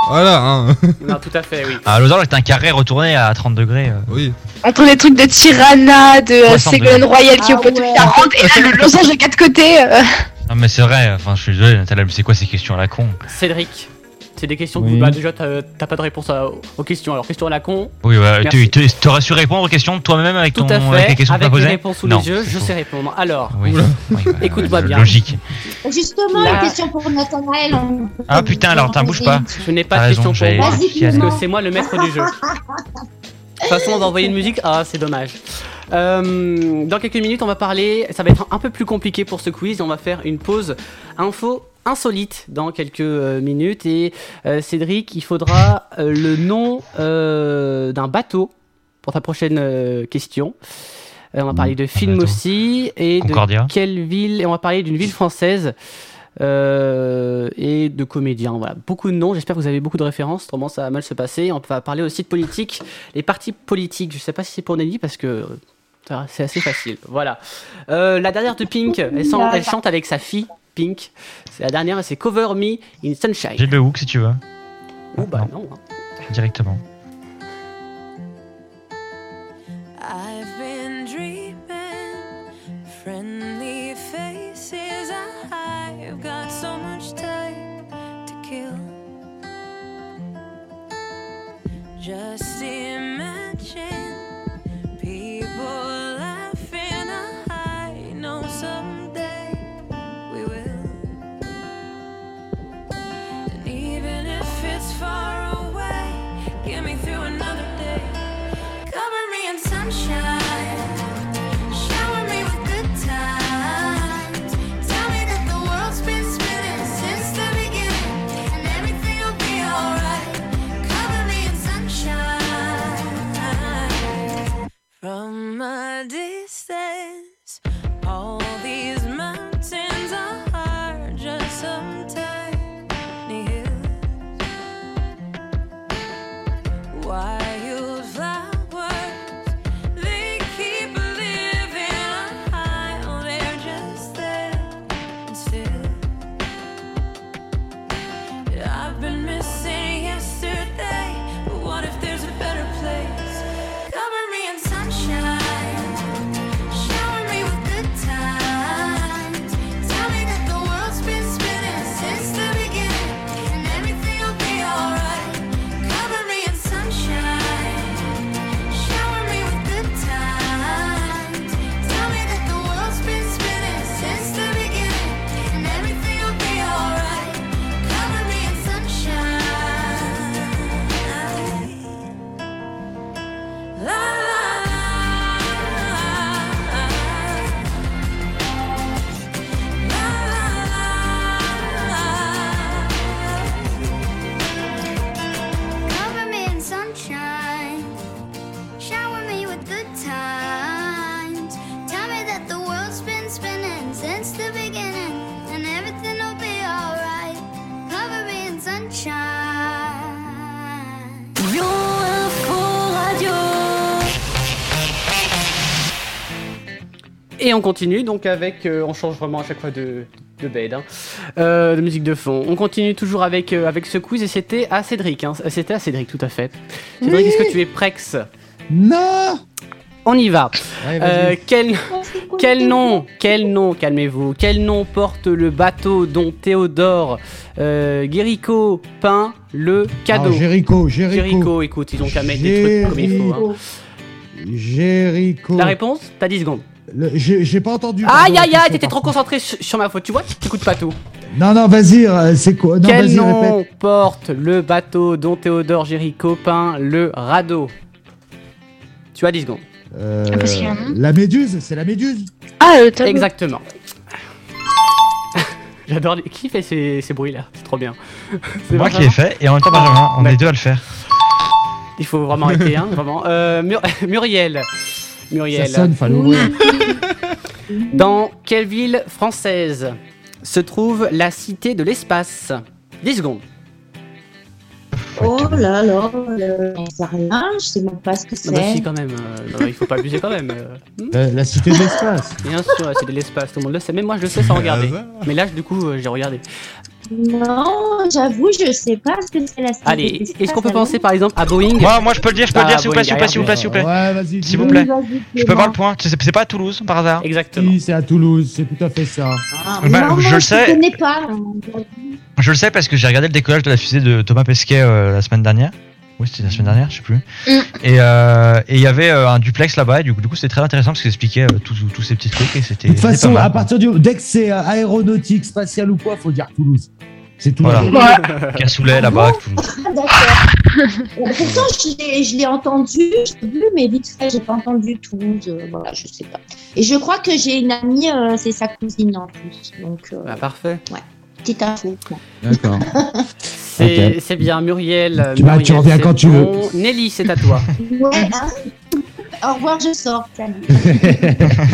Speaker 5: Voilà, hein.
Speaker 2: non, tout à fait, oui.
Speaker 1: Ah, Lausanne est un carré retourné à 30 degrés. euh.
Speaker 5: Oui.
Speaker 4: entre les trucs de Tirana, de euh,
Speaker 1: 62.
Speaker 4: Ségolène Royal qui est au
Speaker 11: Ah
Speaker 4: poteau
Speaker 11: ouais.
Speaker 4: 40 et là le losange de quatre côtés euh,
Speaker 1: Non, Ah, mais c'est vrai, enfin je suis désolé, Nathalie, mais c'est quoi ces questions à la con
Speaker 2: Cédric, c'est des questions
Speaker 9: Oui.
Speaker 2: que bah, déjà t'as t'as pas de réponse à- aux questions. Alors, question à la con,
Speaker 1: Oui, ouais,
Speaker 2: Merci.
Speaker 1: tu tu- t'aurais su répondre aux questions toi-même avec,
Speaker 2: tout
Speaker 1: ton,
Speaker 2: à
Speaker 1: avec les
Speaker 2: fait.
Speaker 1: questions que t'as
Speaker 2: Avec les
Speaker 1: posées
Speaker 2: réponses sous
Speaker 1: Non,
Speaker 2: les yeux,
Speaker 1: c'est
Speaker 2: je
Speaker 1: faux.
Speaker 2: sais répondre. Alors,
Speaker 1: Oui. Oui, bah,
Speaker 2: Écoute-moi
Speaker 1: euh,
Speaker 2: bien.
Speaker 1: Logique.
Speaker 11: Justement,
Speaker 2: Là.
Speaker 11: une question pour Nathanaël. on-
Speaker 1: Ah, putain, alors,
Speaker 11: on
Speaker 1: t'en
Speaker 11: en
Speaker 1: bouge
Speaker 11: faisait
Speaker 1: pas.
Speaker 11: une.
Speaker 2: je n'ai pas
Speaker 1: T'as
Speaker 2: de
Speaker 1: raison,
Speaker 2: question pour
Speaker 1: j'avais-
Speaker 11: Vas-y,
Speaker 2: vous.
Speaker 1: j'y allais.
Speaker 11: Clément.
Speaker 2: Parce que c'est moi le maître du jeu. De toute façon, on va envoyer une musique. Ah, c'est dommage. Euh, dans quelques minutes, on va parler. Ça va être un peu plus compliqué pour ce quiz. On va faire une pause info insolite dans quelques euh, minutes. Et euh, Cédric, il faudra euh, le nom euh, d'un bateau pour ta prochaine euh, question. Euh, on va parler de film
Speaker 1: bateau.
Speaker 2: aussi et
Speaker 1: Concordia.
Speaker 2: de quelle ville. Et on va parler d'une ville française. Euh, et de comédiens. Voilà, beaucoup de noms. J'espère que vous avez beaucoup de références. Autrement, ça va mal se passer. On va parler aussi de politique, les partis politiques. Je sais pas si c'est pour Nelly parce que euh, ça, c'est assez facile. Voilà. Euh, la dernière de Pink, elle, chante- elle chante avec sa fille. Pink, c'est la dernière, c'est Cover Me in
Speaker 1: J'ai
Speaker 2: Sunshine.
Speaker 1: le hook si tu veux,
Speaker 2: Ou bah non. hein.
Speaker 1: directement.
Speaker 8: I've been dreaming, friendly faces. I've got so much time to kill. Just imagine people laughing. I know someday we will. And even if it's far away, get me through another day. Cover me in sunshine. Shower me with good times. Tell me that the world's been spinning since the beginning. And everything'll be alright. Cover me in sunshine. Wild flowers, they keep living high on air just there and still. I've been missing yesterday, but what if there's a better place? Cover me in sunshine, shower me with good times. Tell me that the world's been spinning since the beginning, and everything will be alright. Cover me in sunshine, shower me with good times. Tell me that the world's been spinning since the beginning, and everything will be alright. Cover me in sunshine. La la la. La la la. Cover me in sunshine. Shower me with good times. Tell me that the world's been spinning since the beginning, and everything will be alright. Cover me in sunshine. Yo Info Radio.
Speaker 2: Et on continue donc avec. euh, on change vraiment à chaque fois de, de bed, hein. Euh, de musique de fond. On continue toujours avec, euh, avec ce quiz et c'était à Cédric. hein. C'était à Cédric, tout à fait. Cédric, est-ce que tu es prex
Speaker 3: Non
Speaker 2: On y va.
Speaker 3: Allez,
Speaker 2: Euh,
Speaker 3: vas-y.
Speaker 2: quel, quel nom, quel nom, calmez-vous, quel nom porte le bateau dont Théodore euh, Guérico peint le cadeau
Speaker 3: Alors, Jéricho, Jéricho.
Speaker 2: Jéricho, écoute, ils ont qu'à mettre des trucs comme il faut. hein.
Speaker 3: Jéricho.
Speaker 2: La réponse T'as 10 secondes.
Speaker 3: Le- J'ai j'ai pas entendu.
Speaker 2: Aïe
Speaker 3: pardon,
Speaker 2: aïe
Speaker 3: la
Speaker 2: aïe,
Speaker 3: question,
Speaker 2: t'étais
Speaker 3: par
Speaker 2: trop concentré sur sur ma faute, tu vois, t'écoutes pas tout.
Speaker 3: contre. Non, non, vas-y, euh, c'est quoi Non,
Speaker 2: Quel
Speaker 3: vas-y,
Speaker 2: nom
Speaker 3: répète.
Speaker 2: porte le bateau dont Théodore Géricault peint le radeau Tu as 10 secondes.
Speaker 3: Euh, la méduse, c'est la méduse.
Speaker 2: Ah,
Speaker 12: euh,
Speaker 2: Exactement. J'adore les... Qui fait ces, ces bruits-là C'est trop bien.
Speaker 1: C'est moi
Speaker 2: Benjamin
Speaker 1: qui l'ai fait et en même temps Benjamin,
Speaker 2: Bah,
Speaker 1: on est deux à le faire.
Speaker 2: Il faut vraiment arrêter, hein, vraiment. Euh, Mur- Muriel. Muriel.
Speaker 1: Ça sonne, fallait ouvrir.
Speaker 2: Dans quelle ville française se trouve la cité de l'espace 10 secondes.
Speaker 11: Oh là là, euh, j'en sais rien, je sais même pas ce que
Speaker 2: Non, bah si,
Speaker 11: c'est.
Speaker 2: quand même. euh, non, il faut pas abuser quand même. euh.
Speaker 3: La, la cité de l'espace.
Speaker 2: Bien sûr, la cité de l'espace, tout le monde le sait. Même moi, je le
Speaker 5: Euh,
Speaker 2: sais sans regarder.
Speaker 3: Ah
Speaker 2: Mais là, du coup, euh, j'ai regardé.
Speaker 11: Non, j'avoue, je sais pas ce que Ah, c'est la cité de
Speaker 2: Allez,
Speaker 11: l'espace,
Speaker 2: est-ce qu'on peut
Speaker 11: alors.
Speaker 2: penser par exemple à Boeing
Speaker 1: Moi, moi je peux le dire, je peux le
Speaker 2: Ah,
Speaker 1: dire, s'il vous plaît, s'il vous
Speaker 2: Boeing,
Speaker 1: plaît, s'il vous plaît, s'il vous plaît. S'il vous
Speaker 11: Oui,
Speaker 1: plaît.
Speaker 11: vas-y,
Speaker 1: Je peux
Speaker 11: Clément.
Speaker 1: avoir le point, c'est c'est pas à Toulouse par hasard
Speaker 2: Exactement.
Speaker 3: Si, c'est à Toulouse, c'est tout à fait ça.
Speaker 11: Ah,
Speaker 1: Bah,
Speaker 11: non,
Speaker 1: je
Speaker 11: moi,
Speaker 1: le sais.
Speaker 11: Je connais pas.
Speaker 1: Je le sais parce que j'ai regardé le décollage de la fusée de Thomas Pesquet euh, la semaine dernière. Oui, c'était la semaine dernière, je sais plus. Et euh, et il y avait euh, un duplex là-bas, et du coup, du coup, c'était très intéressant parce qu'il expliquait euh, tous tous ces petits trucs et c'était.
Speaker 3: De toute
Speaker 1: c'était pas
Speaker 3: façon,
Speaker 1: mal.
Speaker 3: à partir du dès que c'est euh, aéronautique, spatial ou quoi, faut dire Toulouse. C'est Toulouse.
Speaker 1: Voilà. Cassoulet là-bas. tout-
Speaker 11: Ah, d'accord. Euh, Pourtant, je l'ai- je l'ai entendu, j'ai vu, mais vite fait, j'ai pas entendu Toulouse. euh, voilà, je sais pas. Et je crois que j'ai une amie, euh, c'est sa cousine en plus. Donc, euh,
Speaker 2: Ah, parfait.
Speaker 11: petite info.
Speaker 3: D'accord.
Speaker 2: C'est
Speaker 3: Ok.
Speaker 2: c'est bien, Muriel. euh,
Speaker 3: Tu vas- tu
Speaker 2: Muriel,
Speaker 3: reviens
Speaker 2: c'est
Speaker 3: quand tu veux.
Speaker 2: bon. Nelly, c'est à toi.
Speaker 11: Ouais, hein. Au revoir, je sors. Salut.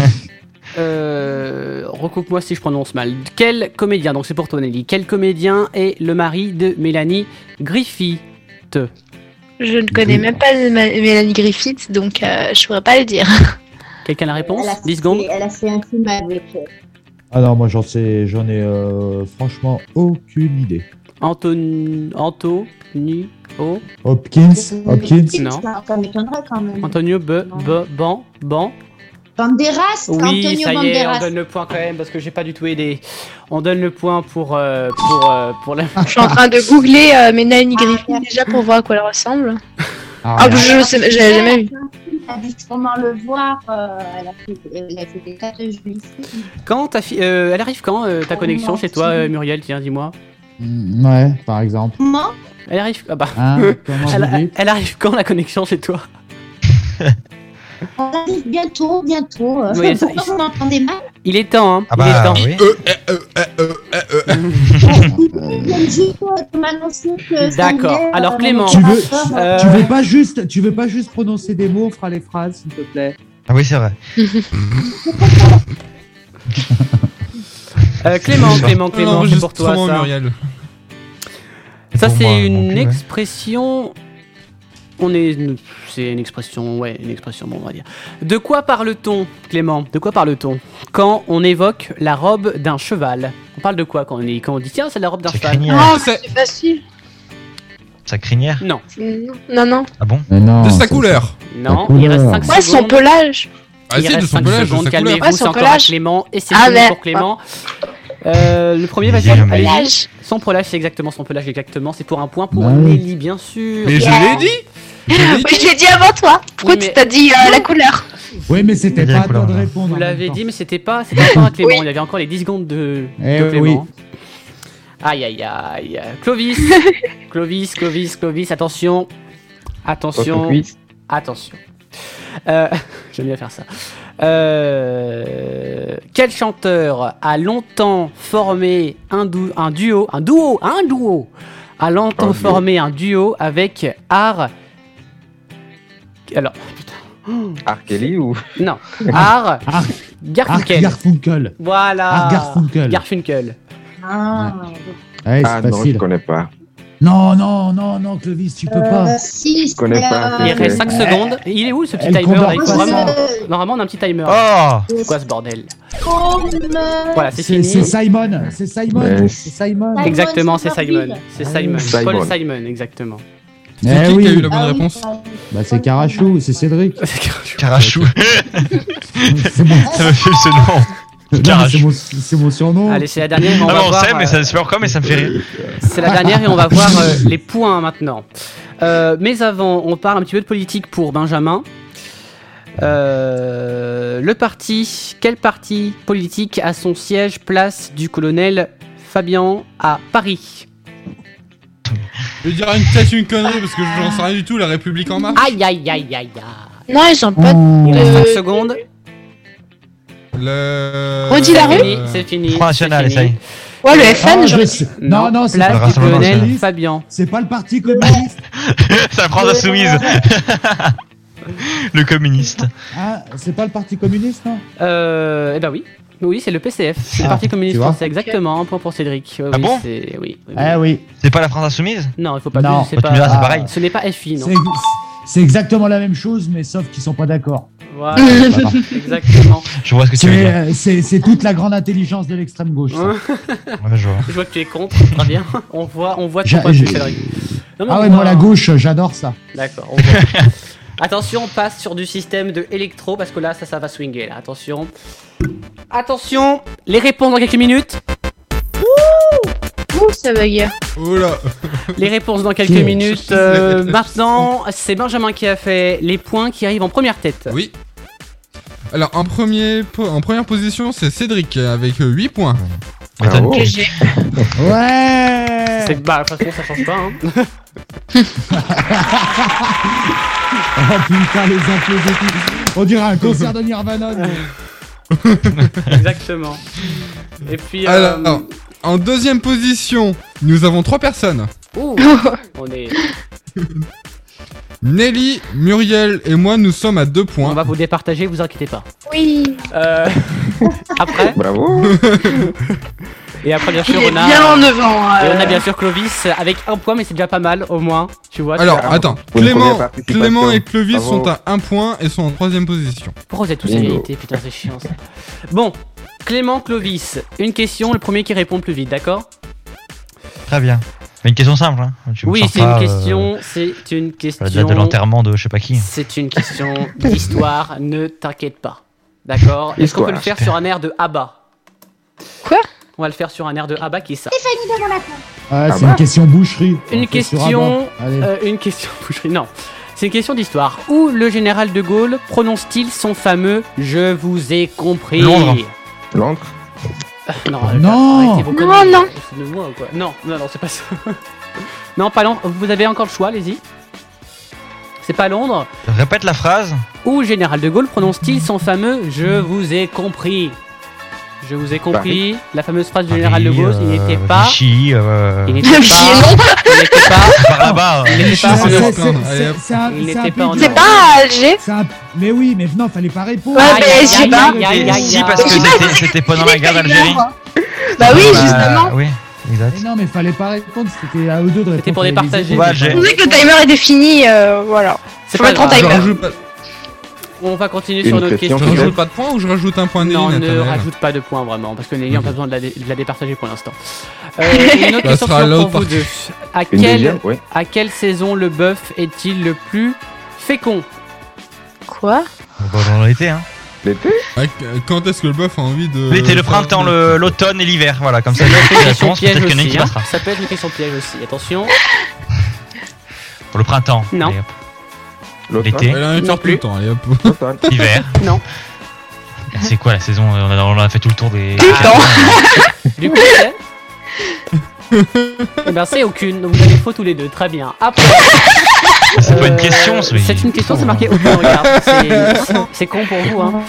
Speaker 2: Euh, Recoupe-moi si je prononce mal. Quel comédien, donc c'est pour toi, Nelly, quel comédien est le mari de Mélanie Griffith
Speaker 12: Je ne connais même pas le- ma- Mélanie Griffith, donc euh, je pourrais pas le dire.
Speaker 2: Quelqu'un la réponse
Speaker 11: Elle a, fait, elle a fait un film avec. euh,
Speaker 9: Alors moi j'en sais, j'en ai euh, franchement aucune idée.
Speaker 2: Anton... Antonio...
Speaker 9: Hopkins, Hopkins.
Speaker 2: Non.
Speaker 11: Ça ça m'étonnerait quand même.
Speaker 2: Antonio Be... Be... Ban... Ban...
Speaker 11: Banderas
Speaker 2: Oui,
Speaker 11: Antonio
Speaker 2: ça y est, on
Speaker 11: Banderas.
Speaker 2: donne le point quand même parce que j'ai pas du tout aidé. On donne le point pour euh, pour euh, pour la.
Speaker 12: Je suis en train de googler euh, Mélanie Griffith déjà pour voir à quoi elle ressemble. Ah, bah, je sais, j'ai jamais vu.
Speaker 11: Elle a dû sûrement le voir. euh, elle, a fait, elle a fait des tas de jolis films.
Speaker 2: Quand ta fi- euh, elle arrive quand euh, ta
Speaker 11: Oh,
Speaker 2: connexion
Speaker 11: mon
Speaker 2: chez toi,
Speaker 11: Dieu.
Speaker 2: euh, Muriel Tiens, dis-moi.
Speaker 3: mm,
Speaker 9: Ouais, par exemple.
Speaker 11: Comment
Speaker 2: Elle arrive. Ah bah.
Speaker 9: Hein,
Speaker 1: Euh,
Speaker 9: comment vous
Speaker 2: elle,
Speaker 9: dites
Speaker 2: elle arrive quand la connexion chez toi
Speaker 11: On arrive bientôt, bientôt. euh.
Speaker 2: Oui, bah, elle-
Speaker 11: Vous m'entendez mal
Speaker 2: Il est temps, hein.
Speaker 1: Ah
Speaker 2: Il est
Speaker 1: bah
Speaker 2: temps.
Speaker 1: oui.
Speaker 5: Euh,
Speaker 11: Ils viennent juste euh, de m'annoncer que. ça y est,
Speaker 2: D'accord.
Speaker 11: euh,
Speaker 2: Alors, Clément.
Speaker 11: mon
Speaker 3: Tu veux,
Speaker 11: rapport, euh,
Speaker 2: Euh,
Speaker 3: tu veux pas juste, tu veux pas juste prononcer des mots, on fera les phrases, s'il te plaît.
Speaker 1: Ah oui, c'est vrai.
Speaker 2: Euh, Clément, Clément, Clément, c'est pour toi
Speaker 5: Enregistrement,
Speaker 2: ça.
Speaker 5: Muriel.
Speaker 2: Ça
Speaker 1: Pour
Speaker 5: bah,
Speaker 1: moi,
Speaker 2: c'est
Speaker 1: non
Speaker 2: une
Speaker 1: plus, ouais.
Speaker 2: expression On est. C'est une expression, ouais, une expression, bon, on va dire. De quoi parle-t-on, Clément De quoi parle-t-on Quand on évoque la robe d'un cheval. On parle de quoi quand on, est, quand on dit tiens, c'est la robe d'un cheval
Speaker 4: Ah.
Speaker 1: crinière.
Speaker 12: Oh, c'est facile.
Speaker 1: Sa crinière
Speaker 2: Non.
Speaker 12: Non, non.
Speaker 1: Ah bon
Speaker 5: de sa couleur.
Speaker 2: Non, il reste 5
Speaker 12: Ouais, son
Speaker 2: secondes.
Speaker 12: pelage.
Speaker 5: Ah,
Speaker 2: il
Speaker 5: si, de
Speaker 2: reste
Speaker 5: son
Speaker 2: 5
Speaker 5: pelage, de
Speaker 2: secondes,
Speaker 5: sa
Speaker 2: calmez-vous,
Speaker 5: couleur.
Speaker 2: c'est
Speaker 12: Ouais, son
Speaker 2: encore à
Speaker 12: pelage.
Speaker 2: Clément, et c'est
Speaker 12: Ah,
Speaker 2: fini
Speaker 12: merde.
Speaker 2: pour Clément. Euh, le premier va
Speaker 1: Bien,
Speaker 2: dire
Speaker 1: mais-
Speaker 12: Pelage.
Speaker 2: Son pelage, c'est exactement son pelage, exactement. C'est pour un point pour
Speaker 1: Ouais.
Speaker 2: Nelly, bien sûr.
Speaker 5: Mais je l'ai dit
Speaker 12: Oui, je l'ai dit avant toi. Pourquoi
Speaker 2: Oui, mais-
Speaker 12: tu t'as dit euh, la couleur
Speaker 3: Oui, mais c'était pas à toi de répondre.
Speaker 2: Vous l'avez dit, mais c'était pas, c'était pas encore à Clément. Il y avait encore les 10 secondes de,
Speaker 3: Eh
Speaker 2: de
Speaker 3: oui.
Speaker 2: Clément. Aïe, aïe, aïe. Clovis, Clovis, Clovis, Clovis, attention. Attention.
Speaker 10: Votre cuisse.
Speaker 2: Attention. Euh, J'aime bien faire ça. Euh, quel chanteur a longtemps formé un, dou- un duo, un duo, un duo, a longtemps
Speaker 10: Un duo.
Speaker 2: formé un duo avec Art. Alors,
Speaker 10: R. Kelly ou
Speaker 2: non, Art Garfunkel.
Speaker 3: Garfunkel.
Speaker 2: Voilà.
Speaker 3: Art Garfunkel.
Speaker 2: Garfunkel.
Speaker 11: Ah,
Speaker 3: Ouais, c'est
Speaker 10: Ah non,
Speaker 3: facile.
Speaker 10: je connais pas.
Speaker 3: Non, non, non, non, Clovis, tu peux pas.
Speaker 11: bah, Si, c'est,
Speaker 10: connais pas.
Speaker 11: euh,
Speaker 2: Il reste 5
Speaker 3: Ouais.
Speaker 2: secondes. Il est où ce petit
Speaker 3: Elle
Speaker 2: timer là,
Speaker 3: combat
Speaker 2: il
Speaker 11: moi,
Speaker 2: faut
Speaker 11: c'est,
Speaker 2: vraiment...
Speaker 11: euh,
Speaker 2: Normalement, on a un petit timer.
Speaker 1: Oh
Speaker 2: C'est quoi ce bordel
Speaker 11: Comme, euh,
Speaker 2: Voilà, c'est
Speaker 3: C'est
Speaker 2: fini.
Speaker 3: c'est Simon, c'est Simon,
Speaker 10: Mais-
Speaker 3: c'est Simon.
Speaker 11: Simon,
Speaker 2: Exactement, c'est
Speaker 11: Somerville.
Speaker 2: Simon. C'est Simon.
Speaker 10: Simon.
Speaker 2: Paul Simon, exactement.
Speaker 5: C'est
Speaker 3: Eh
Speaker 5: qui qui a eu
Speaker 3: oui,
Speaker 5: la bonne
Speaker 11: Ah oui,
Speaker 5: réponse
Speaker 11: pardon.
Speaker 3: bah c'est Carachou, c'est Cédric.
Speaker 1: Carachou.
Speaker 3: C'est mon-
Speaker 1: ça me fait ce nom.
Speaker 3: non, mais
Speaker 1: Carachou.
Speaker 3: c'est mon, c'est mon surnom.
Speaker 2: Allez, c'est la dernière. et On
Speaker 1: Ah
Speaker 2: va
Speaker 1: non, on
Speaker 2: voir,
Speaker 1: sait, mais ça
Speaker 2: euh,
Speaker 1: se fait encore, mais ça me fait rire.
Speaker 2: C'est la dernière et on va voir euh, les points maintenant. Euh, mais avant, on parle un petit peu de politique pour Benjamin. Euh, le parti, quel parti politique a son siège place du colonel Fabian à Paris
Speaker 5: Je vais dire une peut-être une connerie parce que j'en sais rien du tout, la République en marche.
Speaker 2: Aïe aïe aïe aïe aïe
Speaker 12: Non, ils
Speaker 3: Oh.
Speaker 12: ont pas
Speaker 2: Il reste
Speaker 12: Euh,
Speaker 2: 5 secondes.
Speaker 5: Le... euh,
Speaker 12: Redis la
Speaker 2: C'est
Speaker 12: rue
Speaker 2: fini, c'est fini.
Speaker 1: Front National,
Speaker 2: c'est fini.
Speaker 1: essaye.
Speaker 12: Ouais, le
Speaker 3: Ah,
Speaker 12: FN,
Speaker 3: je
Speaker 12: j'aurais dit.
Speaker 3: sais- Non, non, c'est pas,
Speaker 2: place du
Speaker 1: Rassemblement
Speaker 2: colonel
Speaker 1: national.
Speaker 2: Fabian.
Speaker 3: c'est pas le parti communiste.
Speaker 1: Ça prend la soumise. le communiste.
Speaker 3: Hein, c'est pas le parti communiste, non
Speaker 2: Euh, eh ben oui. Oui, c'est le PCF, c'est le
Speaker 3: Ah,
Speaker 2: Parti communiste
Speaker 3: tu vois.
Speaker 2: français, exactement, un point pour Cédric. Ouais,
Speaker 1: Ah
Speaker 2: oui,
Speaker 1: bon
Speaker 2: c'est- oui, oui,
Speaker 3: Eh oui.
Speaker 1: C'est pas la France Insoumise
Speaker 2: Non, il faut pas
Speaker 3: Non.
Speaker 2: abuser, c'est
Speaker 1: Bah, tu me diras,
Speaker 2: pas.
Speaker 1: c'est pareil.
Speaker 2: Ce n'est pas FI, non
Speaker 3: C'est- C'est exactement la même chose, mais sauf qu'ils sont pas d'accord.
Speaker 2: Voilà, exactement.
Speaker 1: Je vois ce que tu veux
Speaker 3: C'est
Speaker 1: dire.
Speaker 3: euh, c'est- c'est toute la grande intelligence de l'extrême gauche. ça.
Speaker 2: Hein
Speaker 1: Ouais, je vois.
Speaker 2: je vois que tu es contre, très bien. On voit, on voit ton
Speaker 3: J'a-
Speaker 2: point de vue,
Speaker 3: j'ai-
Speaker 2: Cédric.
Speaker 3: Ah
Speaker 2: Non, mais on
Speaker 3: ouais,
Speaker 2: voit-
Speaker 3: moi la gauche, j'adore ça.
Speaker 2: D'accord, on voit. Attention, on passe sur du système de électro parce que là, ça, ça va swinger. Là. Attention. Attention, les réponses dans quelques minutes.
Speaker 12: Ouh, ça bagarre.
Speaker 5: Oh là
Speaker 2: Les réponses dans quelques
Speaker 3: Ok.
Speaker 2: minutes. Euh, maintenant, c'est Benjamin qui a fait les points qui arrivent en première tête.
Speaker 5: Oui. Alors, en, premier, po- en première position, c'est Cédric avec 8 points.
Speaker 1: M'étonne.
Speaker 10: Bravo.
Speaker 12: GG.
Speaker 3: Ouais
Speaker 2: C'est bah, de toute façon, ça change pas. Hein.
Speaker 3: Oh putain, les applaudissements On dirait un concert de Nirvana.
Speaker 2: Exactement. Et puis. euh,
Speaker 5: Alors, en deuxième position, nous avons trois personnes.
Speaker 2: ouh, on est.
Speaker 5: Nelly, Muriel et moi, nous sommes à 2
Speaker 2: On
Speaker 5: points.
Speaker 2: va vous départager, vous inquiétez pas.
Speaker 12: Oui.
Speaker 2: Euh, après,
Speaker 10: Bravo.
Speaker 2: et après bien
Speaker 12: Il
Speaker 2: sûr
Speaker 12: est
Speaker 2: on a,
Speaker 12: bien en devant.
Speaker 2: et
Speaker 12: euh.
Speaker 2: on a bien sûr Clovis avec un point, mais c'est déjà pas mal au moins, tu vois.
Speaker 5: Alors,
Speaker 2: tu-
Speaker 5: attends,
Speaker 10: Pour une
Speaker 5: Clément,
Speaker 10: première participation.
Speaker 5: Clément et Clovis
Speaker 10: Bravo.
Speaker 5: sont à 1 point et sont en troisième position.
Speaker 2: pourquoi vous êtes tous
Speaker 10: Bingo.
Speaker 2: égalité Putain, c'est chiant ça. Bon, Clément, Clovis, une question, le premier qui répond le plus vite, d'accord
Speaker 1: Très bien. Mais une question simple. Hein. Tu me
Speaker 2: Oui,
Speaker 1: sors
Speaker 2: c'est
Speaker 1: pas,
Speaker 2: une
Speaker 1: euh,
Speaker 2: question, c'est une question.
Speaker 1: la date de l'enterrement de je sais pas qui.
Speaker 2: C'est une question d'histoire, ne t'inquiète pas. D'accord Est-ce qu'on peut le
Speaker 10: Histoire,
Speaker 2: faire sur un air de Abba
Speaker 12: Quoi
Speaker 2: On va le faire sur un air de Abba qui est ça.
Speaker 3: Ah,
Speaker 10: Ah
Speaker 3: c'est
Speaker 10: bah.
Speaker 3: une question boucherie.
Speaker 2: Une
Speaker 3: On fait sur
Speaker 2: question,
Speaker 3: Abba. Allez.
Speaker 2: Euh, une question boucherie, non. C'est une question d'histoire. Où le général de Gaulle prononce-t-il son fameux Je vous ai compris Euh,
Speaker 1: Londres.
Speaker 10: Londres.
Speaker 2: Non,
Speaker 3: Oh, Non.
Speaker 2: arrêtez vos
Speaker 12: Non,
Speaker 2: conneries.
Speaker 12: non.
Speaker 2: C'est de moi ou hein, quoi Non, non, non, c'est pas ça. non, pas Londres. Vous avez encore le choix, allez-y. C'est pas Londres.
Speaker 1: Répète la phrase.
Speaker 2: Où le général de Gaulle prononce-t-il son fameux Je vous ai compris Je vous ai compris. La fameuse phrase du général de Gaulle, il
Speaker 1: Paris,
Speaker 2: n'était
Speaker 1: euh,
Speaker 2: pas.
Speaker 1: Vichy, euh,
Speaker 2: Il n'était pas.
Speaker 12: Vichy, non.
Speaker 2: Il n'était pas.
Speaker 1: par là-bas. hein.
Speaker 2: Il n'était
Speaker 3: Ah,
Speaker 2: pas.
Speaker 5: Vichy,
Speaker 3: c'est-
Speaker 5: non.
Speaker 3: c'est-
Speaker 5: Allez,
Speaker 3: c'est-
Speaker 5: hop.
Speaker 3: c'est un-
Speaker 2: Il
Speaker 3: c'est un
Speaker 2: n'était pas en
Speaker 3: pays-
Speaker 12: C'est pas à Alger
Speaker 3: c'est un- Mais oui, mais non, fallait pas répondre.
Speaker 12: Ouais,
Speaker 2: Aïe,
Speaker 12: mais
Speaker 2: aïe,
Speaker 12: je
Speaker 2: aïe,
Speaker 12: sais pas.
Speaker 2: aïe, aïe, aïe,
Speaker 1: Si,
Speaker 2: aïe.
Speaker 1: Oh parce que c'était- c'était pendant la guerre d'Algérie.
Speaker 12: hein. Bah oui,
Speaker 1: Bah,
Speaker 12: justement.
Speaker 1: Oui. Exact.
Speaker 3: Mais non, mais fallait pas répondre, c'était à eux deux de répondre.
Speaker 2: C'était pour les partager.
Speaker 3: Ouais,
Speaker 2: j'ai-
Speaker 12: Vous savez que le timer est défini, euh, voilà.
Speaker 2: C'est
Speaker 12: Faut
Speaker 2: pas
Speaker 12: mettre en
Speaker 2: grave.
Speaker 12: timer.
Speaker 2: J'en joue On va continuer
Speaker 5: Une
Speaker 2: sur nos
Speaker 5: question
Speaker 2: questions.
Speaker 5: qui Je rajoute pas de points ou je rajoute un point à Nelly,
Speaker 2: Non, ne
Speaker 5: Nathanaël
Speaker 2: rajoute pas de points vraiment, parce que Nelly n'a pas besoin de la, dé- de la départager pour l'instant. Euh, une autre
Speaker 5: Ça
Speaker 2: question
Speaker 5: sera
Speaker 2: pour
Speaker 5: l'autre
Speaker 2: vous
Speaker 5: partie.
Speaker 2: deux. À,
Speaker 5: Une
Speaker 2: quelle-
Speaker 5: deuxième, oui.
Speaker 2: à quelle saison le bœuf est-il le plus fécond
Speaker 12: Quoi
Speaker 1: Bon, dans l'été, hein.
Speaker 10: L'été
Speaker 5: Ouais, qu- Quand est-ce que le bœuf a envie de.
Speaker 1: L'été, le printemps, le- l'automne et l'hiver, voilà, comme ça, j'ai fait les
Speaker 2: Question
Speaker 1: réponses,
Speaker 2: piège
Speaker 1: peut-être qu'il y en a une qui
Speaker 2: aussi, hein.
Speaker 1: passera.
Speaker 2: Ça peut être une question piège aussi, attention.
Speaker 1: Pour le printemps.
Speaker 2: hein. Non.
Speaker 1: allez, hop. L'été.
Speaker 5: Elle a un cœur tout le temps, allez hop.
Speaker 1: L'hiver.
Speaker 2: Non.
Speaker 1: C'est quoi la saison on a, on a fait tout le tour des. Ah,
Speaker 2: Du coup, c'est. Eh ben, c'est aucune, donc vous avez faux tous les deux, très bien. Après.
Speaker 1: C'est pas une question,
Speaker 2: c'est. C'est une question, c'est marqué aucun regard. C'est- C'est con pour vous, hein.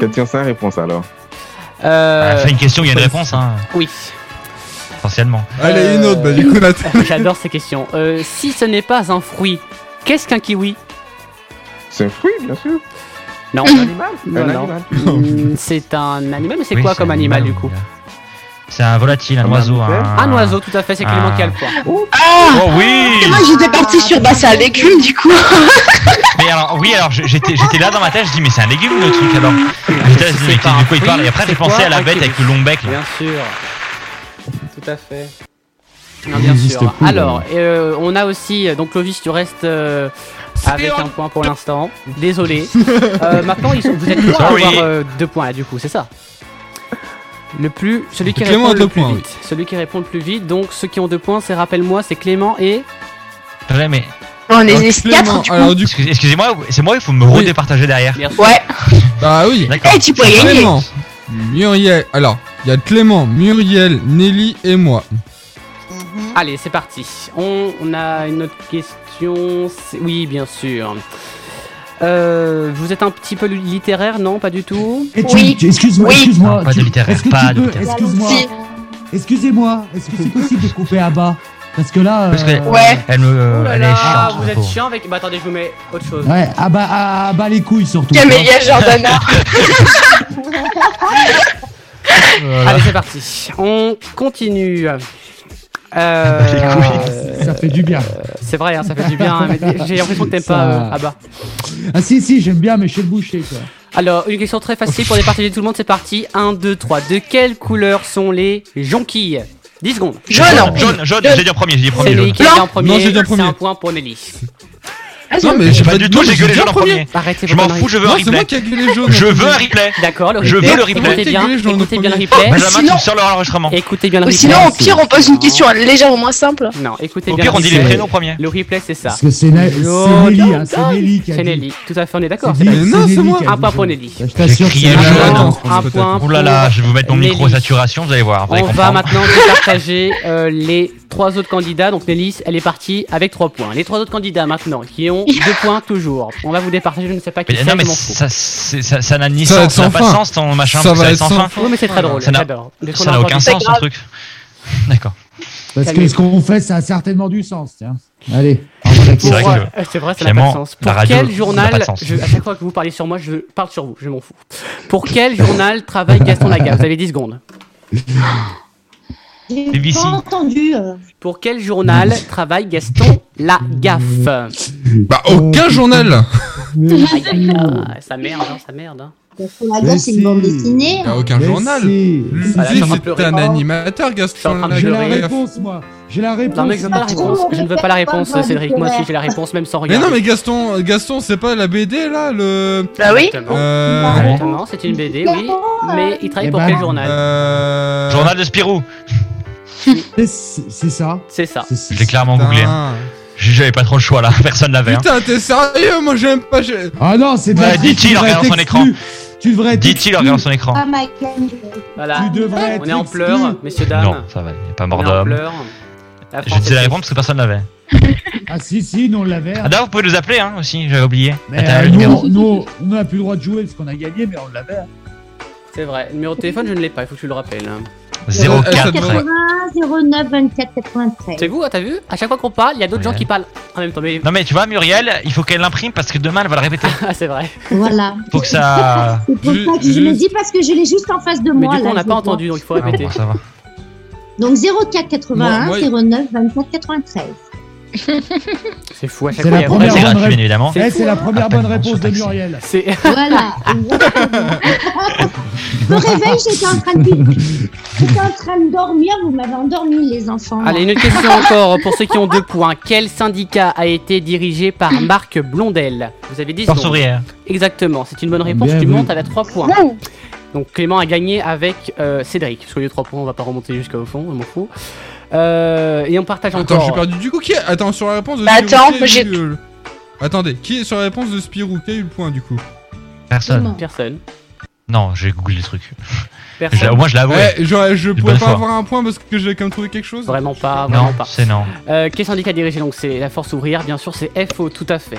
Speaker 10: Question 5, réponse alors.
Speaker 1: Ah,
Speaker 2: Euh,
Speaker 1: fais une question, il y a une réponse, hein,
Speaker 2: Oui.
Speaker 1: essentiellement.
Speaker 5: Allez, une autre, bah du coup, Nathan.
Speaker 2: J'adore ces questions. Euh, si ce n'est pas un fruit, qu'est-ce qu'un kiwi
Speaker 10: C'est un fruit, bien sûr. Euh,
Speaker 2: Non.
Speaker 10: Un animal
Speaker 2: Non,
Speaker 10: Un
Speaker 2: non.
Speaker 10: animal.
Speaker 2: Mm, C'est un animal, mais c'est
Speaker 1: Oui,
Speaker 2: quoi
Speaker 1: c'est
Speaker 2: comme
Speaker 1: un
Speaker 2: animal,
Speaker 1: animal,
Speaker 2: du coup
Speaker 1: C'est un volatile, un oiseau. Un,
Speaker 2: Un oiseau, tout à fait, c'est Clément
Speaker 1: Ah.
Speaker 2: qui a le point.
Speaker 12: Ah
Speaker 1: Oh oui
Speaker 12: Moi j'étais parti sur bah c'est un légume du coup.
Speaker 1: Mais alors, oui, alors je- j'étais j'étais là dans ma tête, je dis, mais c'est un légume le truc alors J'étais là, je dis, mais
Speaker 2: C'est pas
Speaker 1: du coup,
Speaker 2: un
Speaker 1: il parle. Et
Speaker 2: fruit,
Speaker 1: après, j'ai
Speaker 2: c'est
Speaker 1: pensé
Speaker 2: quoi
Speaker 1: à la
Speaker 2: un
Speaker 1: bête
Speaker 2: kiwi
Speaker 1: avec le long bec là.
Speaker 2: Bien sûr. Tout à fait. Non,
Speaker 1: Il
Speaker 2: bien
Speaker 1: n'existe
Speaker 2: sûr.
Speaker 1: plus,
Speaker 2: Alors, euh, on a aussi, euh, donc Clovis, tu restes euh, avec un point pour l'instant. Désolé. Euh, maintenant, ils sont, vous êtes loin
Speaker 1: Sorry.
Speaker 2: d'avoir euh, deux points là, du coup, c'est ça Le plus. Celui qui
Speaker 5: Clément
Speaker 2: répond
Speaker 5: a
Speaker 2: le
Speaker 5: deux
Speaker 2: plus
Speaker 5: points,
Speaker 2: vite. Celui qui répond le plus vite. Donc, ceux qui ont deux points, c'est rappelle-moi, c'est Clément et.
Speaker 1: Jamais.
Speaker 12: On
Speaker 2: est les quatre, du coup.
Speaker 1: Excuse- Excusez-moi, c'est moi, il faut me redépartager derrière.
Speaker 12: Ouais.
Speaker 5: Bah oui.
Speaker 1: D'accord. Eh, tu pourrais gagner.
Speaker 5: Clément, Muriel. Alors, il y a Clément, Muriel, Nelly et moi.
Speaker 2: Allez, c'est parti. On, on a une autre question. C'est- Oui, bien sûr. Euh, vous êtes un petit peu littéraire, non Pas du tout
Speaker 3: Et tu- Oui. tu- excuse-moi, Oui. excuse-moi, Non, pas de tu- littéraire, est-ce que pas tu de peux- littéraire. excuse-moi.
Speaker 2: Si.
Speaker 3: Excusez-moi, est-ce que c'est possible de couper à bas Parce que là.
Speaker 1: Parce
Speaker 3: euh,
Speaker 1: que elle me.
Speaker 2: Oh là
Speaker 1: elle
Speaker 2: là,
Speaker 1: est chiante,
Speaker 2: vous
Speaker 1: la
Speaker 2: êtes
Speaker 1: pauvre.
Speaker 2: chiant avec. Bah attendez, je vous mets autre chose.
Speaker 3: Ouais, à bas, à, à bas les couilles surtout.
Speaker 2: Camélia
Speaker 12: Jordana.
Speaker 2: Allez, c'est parti. On continue. Euh,
Speaker 3: Ça fait du bien.
Speaker 2: C'est vrai, hein, ça fait du bien. hein, mais J'ai l'impression que t'aimes pas
Speaker 3: Ça-
Speaker 2: euh, à bas.
Speaker 3: Ah si, si, j'aime bien, mais chez le boucher quoi.
Speaker 2: Alors, une question très facile pour les partager tout le monde, c'est parti. 1, 2, 3. De quelle couleur sont les jonquilles 10 secondes.
Speaker 1: Jaune, jaune, jaune, j'ai dit en premier, j'ai dit en premier.
Speaker 2: C'est
Speaker 1: jaune.
Speaker 2: Nelly qui a dit en premier.
Speaker 1: Non, j'ai dit en
Speaker 2: C'est un
Speaker 1: premier.
Speaker 2: point pour Nelly.
Speaker 1: Non, mais j'ai pas du tout, j'ai gueulé jaune en premier.
Speaker 2: Arrêtez
Speaker 1: Je m'en
Speaker 2: vos conneries.
Speaker 1: fous, je veux un
Speaker 2: Non,
Speaker 1: replay.
Speaker 2: c'est moi qui ai gueulé jaune en
Speaker 1: Je veux un
Speaker 2: premier.
Speaker 1: replay.
Speaker 2: D'accord, le
Speaker 1: Je
Speaker 2: replay.
Speaker 1: veux le replay.
Speaker 2: Écoutez bien, écoutez bien le replay.
Speaker 1: Benjamin,
Speaker 2: Sinon-
Speaker 1: tu sors leur enregistrement.
Speaker 2: Écoutez bien le
Speaker 12: Ou
Speaker 2: replay.
Speaker 12: sinon au pire on pose une question légèrement moins simple.
Speaker 2: Non, écoutez
Speaker 1: Au
Speaker 2: bien.
Speaker 1: pire,
Speaker 2: le
Speaker 1: on dit les
Speaker 2: replay.
Speaker 1: prénoms premiers.
Speaker 2: Le replay, c'est ça.
Speaker 3: Parce que c'est Na- c'est Nelly, hein, c'est Nelly qui a
Speaker 2: C'est
Speaker 3: dit.
Speaker 2: Nelly, tout à fait, on est d'accord.
Speaker 3: C'est Nelly- Mais non, c'est moi.
Speaker 2: Un point pour Nelly.
Speaker 3: Je t'assure que
Speaker 1: Criez
Speaker 3: c'est
Speaker 1: jaune.
Speaker 2: Un point
Speaker 1: Ouh là là,
Speaker 2: pour
Speaker 1: je vais vous mettre mon micro
Speaker 2: Nelly.
Speaker 1: saturation, vous allez voir. vous allez
Speaker 2: On va
Speaker 1: comprendre.
Speaker 2: maintenant départager euh, les trois autres candidats. Donc Nelly, elle est partie avec trois points. Les trois autres candidats maintenant, qui ont deux points toujours. On va vous départager, je ne sais pas qui
Speaker 1: Mais
Speaker 2: c'est,
Speaker 1: non,
Speaker 2: je
Speaker 1: mais
Speaker 2: m'en fous.
Speaker 1: ça, c'est- ça, ça n'a ni
Speaker 5: Ça va
Speaker 1: sens,
Speaker 5: être
Speaker 1: ça n'a
Speaker 5: sans
Speaker 1: pas de
Speaker 5: fin.
Speaker 1: sens ton machin.
Speaker 5: Ça
Speaker 1: parce que
Speaker 5: va
Speaker 1: ça
Speaker 5: être
Speaker 1: sans
Speaker 5: sans
Speaker 1: fin.
Speaker 5: fin.
Speaker 2: Oui, mais c'est très drôle,
Speaker 1: Ça n'a-
Speaker 2: j'adore. Dès qu'on
Speaker 1: ça n'a
Speaker 2: entend
Speaker 1: aucun
Speaker 2: ça,
Speaker 1: sens
Speaker 2: c'est
Speaker 1: ton
Speaker 2: grave.
Speaker 1: truc. D'accord.
Speaker 3: Parce que ce qu'on fait, ça a certainement du sens, tiens. Allez.
Speaker 1: C'est vrai
Speaker 2: Pour,
Speaker 1: que-
Speaker 2: euh, c'est vrai, ça n'a pas
Speaker 1: finalement,
Speaker 2: de sens.
Speaker 1: la
Speaker 2: Pour
Speaker 1: radio,
Speaker 2: quel
Speaker 1: ça
Speaker 2: journal,
Speaker 1: n'a pas de sens.
Speaker 2: je- à chaque fois que vous parlez sur moi, je parle sur vous, je m'en fous. Pour quel journal travaille Gaston Lagaffe Vous avez 10 secondes.
Speaker 11: J'ai pas entendu. euh.
Speaker 2: Pour quel journal travaille Gaston Lagaffe
Speaker 5: Bah,
Speaker 2: Oh.
Speaker 5: aucun journal
Speaker 2: Aïe, aïe, aïe, Ça merde, hein, ça merde. hein.
Speaker 11: Gaston Lagaffe, c'est une bande dessinée.
Speaker 5: Y a aucun
Speaker 11: Mais
Speaker 5: journal. Hmm.
Speaker 3: si.
Speaker 5: Si,
Speaker 2: Ah, là, je suis en train de
Speaker 5: c'est
Speaker 2: pleurer.
Speaker 5: un animateur, Gaston.
Speaker 2: train de
Speaker 5: Lagaffe.
Speaker 3: J'ai la
Speaker 2: pleurer.
Speaker 3: réponse, moi. J'ai la réponse.
Speaker 2: Non, mais je veux pas la réponse. Je ne veux pas la réponse,
Speaker 3: Pas
Speaker 2: Cédric.
Speaker 3: de
Speaker 2: Moi aussi,
Speaker 3: colère.
Speaker 2: j'ai la réponse, même sans
Speaker 5: Mais
Speaker 2: regarder.
Speaker 5: non, mais Gaston, Gaston, c'est pas la BD là, le.
Speaker 12: Bah oui.
Speaker 2: Oh.
Speaker 5: Euh...
Speaker 2: Exactement, c'est une BD, Eh oui. Mais il travaille
Speaker 5: Eh
Speaker 2: pour
Speaker 5: ben,
Speaker 2: quel journal
Speaker 3: euh,
Speaker 5: Euh,
Speaker 1: Journal de Spirou.
Speaker 3: C'est c'est ça.
Speaker 2: C'est ça.
Speaker 1: Je l'ai clairement
Speaker 5: Putain.
Speaker 1: googlé. hein. J- J'avais pas trop le choix là, personne l'avait. hein.
Speaker 5: Putain, t'es sérieux Moi j'aime pas. j'ai-
Speaker 3: Ah non, c'est de la
Speaker 1: Ouais,
Speaker 3: triche,
Speaker 1: dit-il
Speaker 3: tu
Speaker 1: en
Speaker 3: devrais
Speaker 1: regardant
Speaker 3: être
Speaker 1: son écran.
Speaker 3: exclu. Tu devrais être
Speaker 1: Dit-il en
Speaker 3: exclu.
Speaker 1: regardant son écran.
Speaker 11: Ah, ma gueule.
Speaker 2: Voilà.
Speaker 3: Tu devrais
Speaker 2: On
Speaker 3: être
Speaker 2: est en
Speaker 3: exclu.
Speaker 2: pleurs, messieurs, dames.
Speaker 1: Non, ça va, il n'y a pas mort
Speaker 2: On est en
Speaker 1: d'homme.
Speaker 2: pleurs. La
Speaker 1: Je
Speaker 2: France
Speaker 1: disais la
Speaker 2: est-
Speaker 1: réponse parce que personne l'avait.
Speaker 3: Ah si, si, nous on l'avait.
Speaker 1: Ah, d'ailleurs, vous pouvez nous appeler hein, aussi, j'avais oublié.
Speaker 3: Mais
Speaker 1: Attends,
Speaker 3: euh,
Speaker 1: le
Speaker 3: nous,
Speaker 1: numéro.
Speaker 3: on- nous, on n'a plus le droit de jouer parce qu'on a gagné, mais on l'avait. hein.
Speaker 2: C'est vrai. Numéro de téléphone, je ne l'ai pas, il faut que tu le rappelles. hein.
Speaker 5: Euh,
Speaker 1: 04.
Speaker 11: 80, 09, 24, 93.
Speaker 2: C'est vous, hein, t'as vu À chaque fois qu'on parle, il y a d'autres gens
Speaker 1: Ouais.
Speaker 2: qui parlent en même temps. Mais
Speaker 1: Non, mais tu vois, Muriel, il faut qu'elle l'imprime parce que demain elle va le répéter.
Speaker 2: Ah, c'est vrai.
Speaker 11: Voilà.
Speaker 1: Faut que ça.
Speaker 11: C'est pour ça que je le dis parce que je l'ai juste en face de
Speaker 2: Mais
Speaker 11: moi.
Speaker 2: du coup,
Speaker 11: là,
Speaker 2: on n'a
Speaker 11: je
Speaker 2: pas
Speaker 11: le vois.
Speaker 2: entendu, donc il faut
Speaker 1: Ah
Speaker 2: répéter.
Speaker 1: Bon, ça va.
Speaker 11: Donc 04 81
Speaker 2: Moi-
Speaker 11: 09 24 93.
Speaker 2: C'est fou à chaque
Speaker 3: C'est
Speaker 2: fois.
Speaker 3: la
Speaker 2: il y a-
Speaker 1: Ah,
Speaker 3: première bonne réponse.
Speaker 1: évidemment.
Speaker 3: Eh,
Speaker 2: hein.
Speaker 3: C'est la première bonne
Speaker 1: Appelle-moi
Speaker 3: réponse
Speaker 1: sur
Speaker 3: de
Speaker 1: Maxime.
Speaker 3: Muriel.
Speaker 2: C'est
Speaker 11: Voilà. Au réveil, j'étais en train de j'étais en train de dormir, vous m'avez endormi les enfants.
Speaker 2: Allez, une autre question encore pour ceux qui ont deux points. Quel syndicat a été dirigé par Marc Blondel Vous avez 10
Speaker 1: Force
Speaker 2: secondes.
Speaker 1: ouvrière.
Speaker 2: Exactement, c'est une bonne réponse.
Speaker 1: Bien
Speaker 2: tu
Speaker 1: vu.
Speaker 2: montes avec 3 points. Donc Clément a gagné avec euh, Cédric. Parce qu'au lieu de 3 points, on va pas remonter jusqu'au fond, on m'en fout. Euh, et on partage
Speaker 5: Attends,
Speaker 2: encore.
Speaker 5: j'ai perdu du coup. Qui est- Attends, sur la réponse de
Speaker 2: Bah,
Speaker 5: Spirou,
Speaker 2: attends,
Speaker 5: qui a eu
Speaker 2: j'ai-
Speaker 5: le- Attendez, qui est sur la réponse de Spirou Qui a eu le point du coup
Speaker 1: Personne.
Speaker 2: Personne.
Speaker 1: Non, j'ai googlé le truc.
Speaker 2: Personne.
Speaker 1: Je l'ai- au moins, je l'ai avoué.
Speaker 5: Eh, je, je
Speaker 1: Une
Speaker 5: pourrais
Speaker 1: bonne
Speaker 5: pas
Speaker 1: fois.
Speaker 5: avoir un point parce que j'ai quand même trouvé quelque chose.
Speaker 2: Vraiment pas, Ah, vraiment
Speaker 1: Non,
Speaker 2: pas.
Speaker 1: c'est non.
Speaker 2: Euh, quel syndicat dirigé donc c'est la force ouvrière bien sûr c'est FO tout à fait.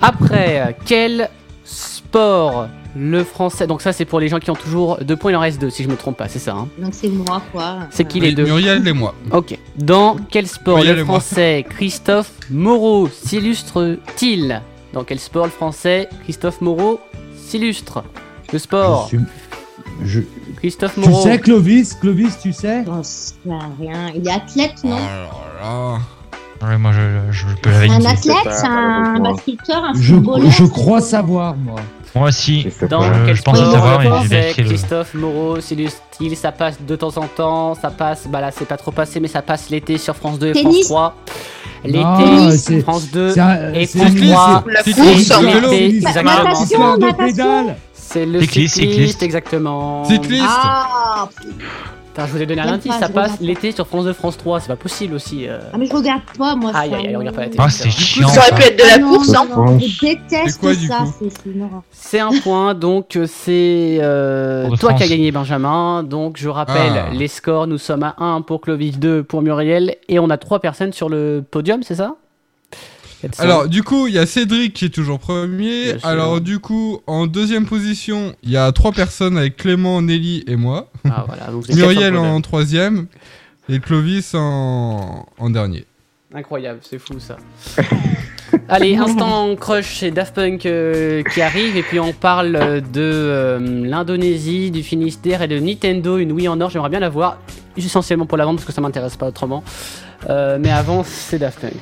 Speaker 2: Après euh, quel sport le français donc ça c'est pour les gens qui ont toujours deux points il en reste deux si je me trompe pas c'est ça. hein.
Speaker 11: Donc c'est moi quoi.
Speaker 2: C'est qui les
Speaker 5: Oui,
Speaker 2: deux
Speaker 5: Muriel et moi.
Speaker 2: Ok. Dans quel sport
Speaker 5: Muriel
Speaker 2: le
Speaker 5: et moi.
Speaker 2: français Christophe Moreau s'illustre-t-il Dans quel sport le français Christophe Moreau s'illustre Le sport
Speaker 9: Je suis- je-
Speaker 2: Christophe
Speaker 9: Tu
Speaker 2: Moreau.
Speaker 9: sais, Clovis, Clovis, tu sais
Speaker 11: J'en sais rien. Il est athlète, non
Speaker 5: Oh
Speaker 1: Ouais, moi, je, je- je peux la
Speaker 11: Un
Speaker 1: valider.
Speaker 11: athlète, Ah, c'est un basketteur, un
Speaker 9: je,
Speaker 11: footballeur.
Speaker 9: je crois savoir, moi.
Speaker 1: Moi aussi,
Speaker 2: Dans
Speaker 1: je,
Speaker 2: quel
Speaker 1: je pense
Speaker 2: sport
Speaker 1: savoir,
Speaker 2: le
Speaker 1: mais j'ai
Speaker 2: français
Speaker 1: vérifié le.
Speaker 2: Christophe Moreau s'illustre-t-il Ça passe de temps en temps, ça passe, bah là c'est pas trop passé, mais ça passe l'été sur France 2 et
Speaker 11: Tennis.
Speaker 2: France 3.
Speaker 9: Non,
Speaker 2: L'été,
Speaker 9: c'est-
Speaker 2: France 2
Speaker 9: c'est un-
Speaker 2: Euh, et
Speaker 9: c'est
Speaker 2: France
Speaker 9: cycliste,
Speaker 2: 3.
Speaker 9: c'est- La
Speaker 2: et
Speaker 9: course,
Speaker 2: l'été,
Speaker 9: le vélo.
Speaker 2: exactement.
Speaker 9: Natation, Sport de natation. pédale.
Speaker 2: C'est le cycliste,
Speaker 1: Cycliste, cycliste.
Speaker 2: exactement.
Speaker 1: Cycliste.
Speaker 11: Ah,
Speaker 2: Putain, je vous ai donné un
Speaker 11: J'aime
Speaker 2: indice,
Speaker 11: pas,
Speaker 2: ça
Speaker 11: je
Speaker 2: passe
Speaker 11: regarde
Speaker 2: l'été sur France 2, France 3, c'est pas possible aussi. euh.
Speaker 11: Ah, mais je regarde pas, moi.
Speaker 2: Aïe,
Speaker 11: ça.
Speaker 2: aïe, aïe, on regarde pas la télé.
Speaker 1: Ah, c'est chiant.
Speaker 2: Ça aurait pu
Speaker 1: ça.
Speaker 2: être de la
Speaker 11: non,
Speaker 2: course, hein.
Speaker 11: non, Je déteste
Speaker 2: C'est quoi, du
Speaker 11: ça,
Speaker 2: coup
Speaker 11: c'est c'est une horreur.
Speaker 2: C'est un point, donc euh, c'est euh,
Speaker 1: Pour de
Speaker 2: toi qui as
Speaker 1: France.
Speaker 2: gagné Benjamin. Donc je rappelle
Speaker 1: Ah.
Speaker 2: les scores, nous sommes à 1 pour Clovis, 2 pour Muriel, et on a 3 personnes sur le podium, c'est ça
Speaker 5: Alors, du coup, il y a Cédric qui est toujours premier.
Speaker 2: sûr.
Speaker 5: Alors, du coup, en deuxième position, il y a trois personnes avec Clément, Nelly et moi.
Speaker 2: Ah, voilà, donc vous êtes quatre sur
Speaker 5: Muriel
Speaker 2: le
Speaker 5: en
Speaker 2: podium.
Speaker 5: troisième et Clovis en, en dernier.
Speaker 2: Incroyable, c'est fou ça. Allez, instant crush, c'est Daft Punk euh, qui arrive, et puis on parle euh, de euh, l'Indonésie, du Finistère et de Nintendo, une Wii en or, j'aimerais bien la voir, essentiellement pour la vente parce que ça m'intéresse pas autrement. Euh, mais avant, c'est Daft Punk.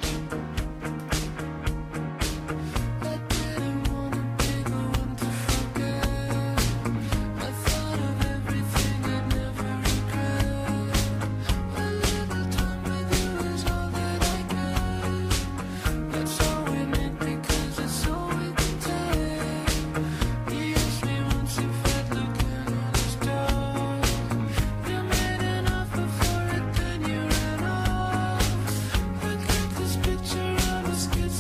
Speaker 7: Picture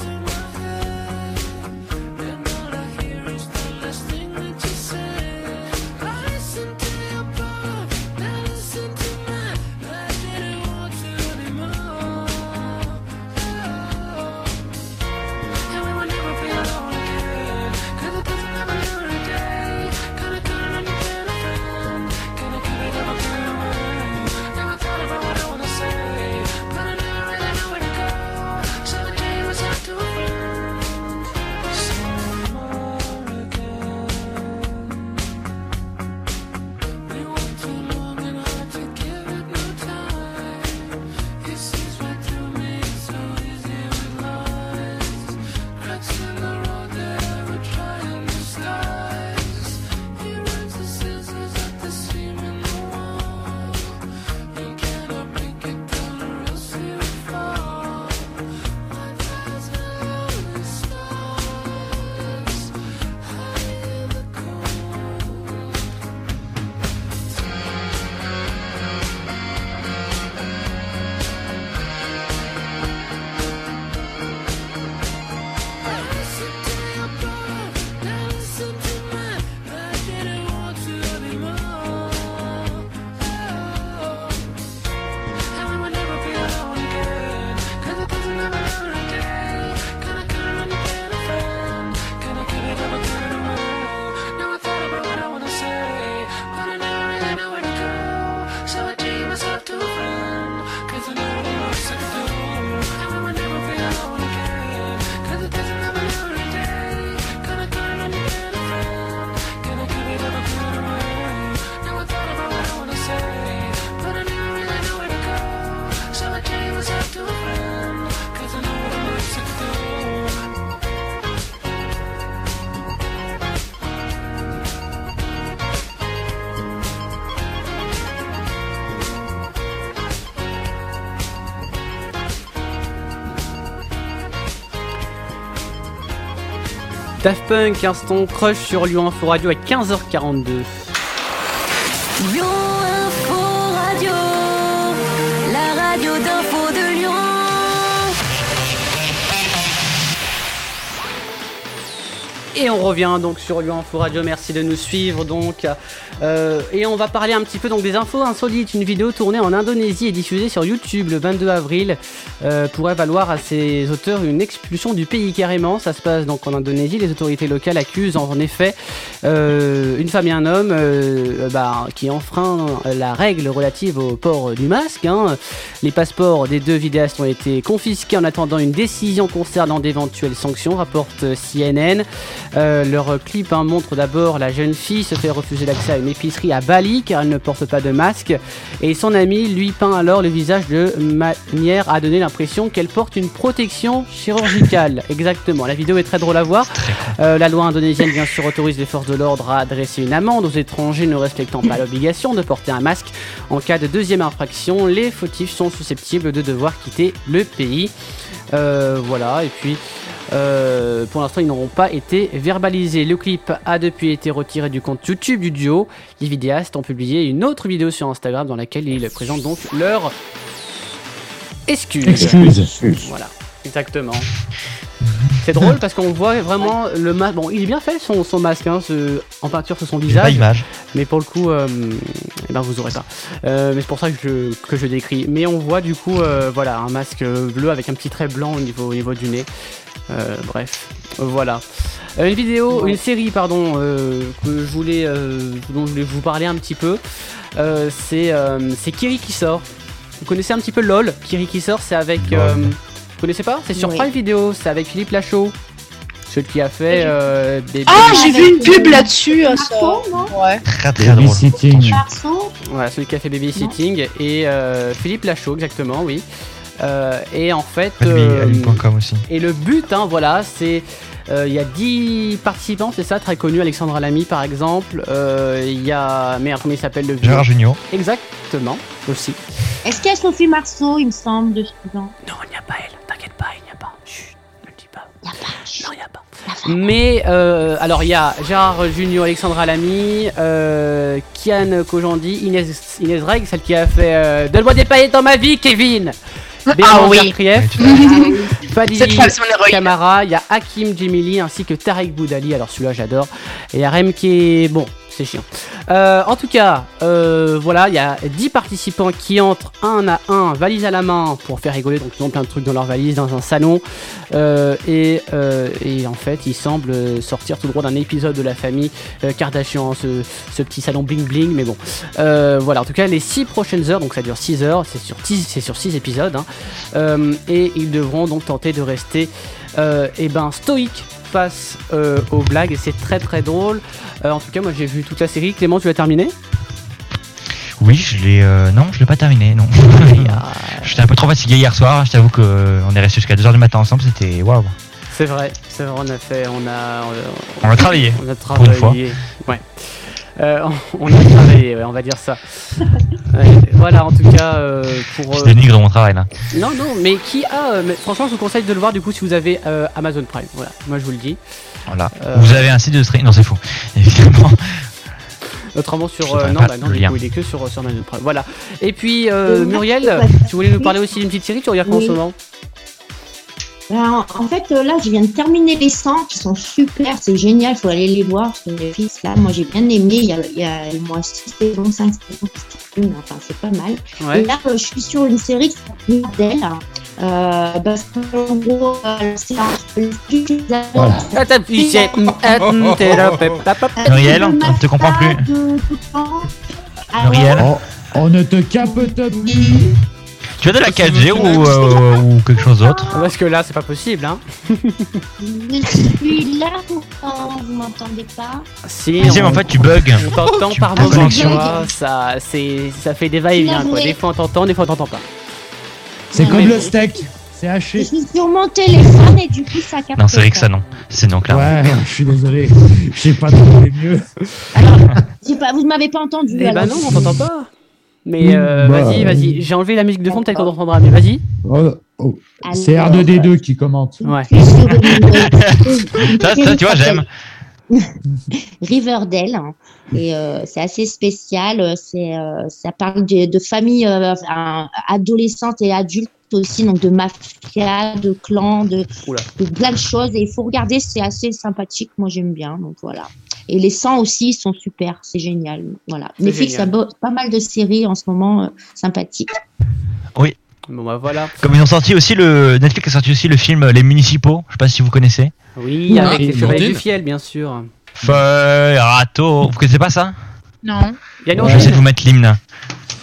Speaker 2: Daft Punk et Instant Crush sur Lyon Info Radio à 15h42.
Speaker 8: Lyon Info Radio, la radio d'info de Lyon.
Speaker 2: Et on revient donc sur Lyon Info Radio, merci de nous suivre donc. Euh, et on va parler un petit peu donc des infos insolites, une vidéo tournée en Indonésie et diffusée sur YouTube le 22 avril euh, pourrait valoir à ses auteurs une expulsion du pays carrément. Ça se passe donc en Indonésie, les autorités locales accusent en effet euh, une femme et un homme bah, qui enfreint la règle relative au port du masque. hein. Les passeports des deux vidéastes ont été confisqués en attendant une décision concernant d'éventuelles sanctions, rapporte CNN. Euh, leur clip hein, montre d'abord la jeune fille se fait refuser l'accès à une épicerie à Bali car elle ne porte pas de masque et son ami lui peint alors le visage de manière à donner l'impression qu'elle porte une protection chirurgicale. Exactement, la vidéo est très drôle à voir. Euh, la loi indonésienne bien sûr autorise les forces de l'ordre à adresser une amende aux étrangers ne respectant pas l'obligation de porter un masque. En cas de deuxième infraction, les fautifs sont susceptibles de devoir quitter le pays. Euh, voilà, et puis euh, pour l'instant, ils n'auront pas été verbalisés. Le clip a depuis été retiré du compte YouTube du duo. Les vidéastes ont publié une autre vidéo sur Instagram dans laquelle ils présentent donc leur excuse.
Speaker 9: Excuse.
Speaker 2: Voilà, exactement. C'est drôle parce qu'on voit vraiment le masque. Bon, il est bien fait son, son masque hein, ce- en peinture sur son visage.
Speaker 1: pas image.
Speaker 2: Mais pour le coup, euh, eh ben vous aurez pas. Euh, mais c'est pour ça que je, que je décris. Mais on voit du coup, euh, voilà, un masque bleu avec un petit trait blanc au niveau, au niveau du nez. Euh, bref, voilà. Euh, une vidéo, une série, pardon, euh, que je voulais, euh, dont je voulais vous parler un petit peu. Euh, c'est euh, c'est Kiri qui sort. Vous connaissez un petit peu LOL Kiri qui sort, c'est avec. euh, vous connaissez pas C'est sur
Speaker 4: Oui.
Speaker 2: Prime Video, c'est avec Philippe Lachaud. Celui qui a fait. euh, des-
Speaker 4: Ah, j'ai vu une
Speaker 2: Babysitting.
Speaker 4: pub là-dessus. hein, ça. Ouais.
Speaker 1: Très
Speaker 11: Hmm.
Speaker 9: Babysitting.
Speaker 2: Voilà, celui qui a fait Babysitting et euh, Philippe Lachaud, exactement, oui. Euh, et en fait.
Speaker 1: Ah,
Speaker 2: euh,
Speaker 1: Allume.com aussi.
Speaker 2: et le but, hein, voilà, c'est. euh, Il y a 10 participants, c'est ça, très connus. Alexandre Lamy, par exemple. Euh, Il y a. Merde, comment il s'appelle le vieux
Speaker 1: Gérard Jugnot.
Speaker 2: Exactement, aussi.
Speaker 11: Est-ce qu'il y a Sophie Marceau, il me semble, de dedans
Speaker 2: Non, il n'y a pas elle, t'inquiète pas, il n'y a pas. Chut, ne le dis pas. Il n'y a pas. Non, il n'y a pas. Mais euh, alors il y a Gérard Junior, Alexandra Lamy, euh, Kian Kojandi, Inès, Inès Reg, celle qui a fait euh, Donne-moi des paillettes dans ma vie, Kevin Bérénice
Speaker 4: oui.
Speaker 2: Berkrieff,
Speaker 4: Cette
Speaker 2: Fadi
Speaker 4: femme, c'est mon héroïne.
Speaker 2: Camara, il y a Hakim Jemili ainsi que Tarek Boudali, alors celui-là j'adore, et il y a Rem qui est... bon, c'est chiant. Euh, en tout cas, euh, voilà, il y a 10 participants qui entrent un à un, valise à la main, pour faire rigoler, donc ils ont plein de trucs dans leur valise, dans un salon, euh, et, euh, et en fait, ils semblent sortir tout droit d'un épisode de la famille euh, Kardashian, hein, ce, ce petit salon bling bling, mais bon. Euh, voilà, en tout cas, les 6 prochaines heures, donc ça dure 6 heures, c'est sur 6, c'est sur 6 épisodes, hein, euh, et ils devront donc tenter de rester euh, eh ben, stoïques face euh, aux blagues, et c'est très très drôle. Euh, en tout cas, moi j'ai vu toute la série. Clément, tu l'as terminée
Speaker 1: Oui, je l'ai. euh, non, je l'ai pas terminé, non. j'étais un peu trop fatigué hier soir. Je t'avoue que euh, on est resté jusqu'à 2h du matin ensemble. C'était waouh.
Speaker 2: C'est vrai, c'est vrai, on a fait, on a, euh,
Speaker 1: On a travaillé,
Speaker 2: on a
Speaker 1: pour une fois.
Speaker 2: travaillé, ouais, Euh, on a travaillé, ouais, on va dire ça. Ouais, voilà, en tout cas euh, pour.
Speaker 1: Je
Speaker 2: euh,
Speaker 1: dénigre mon travail là.
Speaker 2: Non, non, mais qui a, euh, mais franchement, je vous conseille de le voir du coup si vous avez euh, Amazon Prime. Voilà, moi je vous le dis.
Speaker 1: Voilà.
Speaker 2: Euh,
Speaker 1: Vous avez un site de stream Non, c'est faux. Évidemment.
Speaker 2: Autrement sur
Speaker 1: Je
Speaker 2: euh,
Speaker 1: saurais
Speaker 2: non,
Speaker 1: pas
Speaker 2: bah non,
Speaker 1: le
Speaker 2: du
Speaker 1: lien.
Speaker 2: coup, il est que sur sur Amazon Prime. Voilà. Et puis euh, Muriel, tu voulais nous parler aussi d'une petite série, tu regardes quoi en
Speaker 11: Oui.
Speaker 2: ce moment
Speaker 11: Ben, en fait, euh, là, je viens de terminer les 100 qui sont super, c'est génial, faut aller les voir sur Netflix. Là, moi, j'ai bien aimé. Il y a, il y a au moins 6 saisons, 5 saisons qui se terminent, enfin, c'est pas mal.
Speaker 2: Ouais.
Speaker 11: Et là, euh, je suis sur une série qui s'appelle Bordel. Euh, parce qu'en gros, euh, c'est un.
Speaker 1: Voilà.
Speaker 11: Euh,
Speaker 1: Muriel, on ne te comprend plus.
Speaker 2: Ah,
Speaker 1: Muriel,
Speaker 9: Oh, on ne te capte plus.
Speaker 1: tu as de la 4G ou, euh, ou quelque chose d'autre
Speaker 2: Parce que là, c'est pas possible, hein.
Speaker 11: Je suis là pourtant, vous m'entendez pas
Speaker 2: Si,
Speaker 1: Mais si, mais
Speaker 2: on-
Speaker 1: en fait, tu bugs.
Speaker 2: On t'entend
Speaker 1: Tu
Speaker 2: par
Speaker 1: perds
Speaker 2: moment, tu
Speaker 1: connexion.
Speaker 2: vois, ça, c'est, ça fait des va-et-vient, quoi. Des fois on t'entend, des fois on t'entend pas.
Speaker 9: C'est
Speaker 11: Non,
Speaker 9: comme
Speaker 11: mais-
Speaker 9: le steak. C'est
Speaker 11: Je
Speaker 9: haché.
Speaker 11: suis sur mon téléphone et du coup, ça capte.
Speaker 1: Non, c'est vrai que
Speaker 11: pas.
Speaker 1: ça non. C'est non, clairement.
Speaker 9: Ouais, je suis désolé. Je sais pas trouvé mieux.
Speaker 11: J'ai Pas, vous m'avez pas entendu.
Speaker 2: Eh bah
Speaker 11: alors.
Speaker 2: non, on t'entend pas. Mais euh,
Speaker 9: Bah,
Speaker 2: vas-y, vas-y, j'ai enlevé la musique de fond, peut-être qu'on entendra mieux. Vas-y.
Speaker 9: Oh,
Speaker 3: Oh, c'est R2D2 qui commente.
Speaker 2: Ouais.
Speaker 1: Ça, ça, tu vois, j'aime.
Speaker 11: Riverdale. hein. Et euh, c'est assez spécial. euh, C'est, euh, ça parle de, de familles euh, enfin, adolescentes et adultes aussi, donc de mafia, de clans, de,
Speaker 2: Oula.
Speaker 11: de plein de choses. Et il faut regarder, c'est assez sympathique. Moi, j'aime bien. Donc voilà. Et les 100 aussi, ils sont super. C'est génial. Voilà.
Speaker 2: C'est
Speaker 11: Netflix a
Speaker 2: génial.
Speaker 11: bo- pas mal de séries en ce moment euh, sympathiques.
Speaker 1: Oui.
Speaker 2: Bon bah voilà.
Speaker 1: Comme ils ont sorti aussi le Netflix a sorti aussi le film Les Municipaux. Je sais pas si vous connaissez.
Speaker 2: Oui,
Speaker 1: Ah,
Speaker 2: avec les
Speaker 1: Blondine.
Speaker 2: chevaliers du fiel, bien sûr.
Speaker 1: Feuille, râteau. Vous connaissez pas ça
Speaker 4: Ah,
Speaker 13: Non.
Speaker 1: Je vais essayer de vous mettre l'hymne.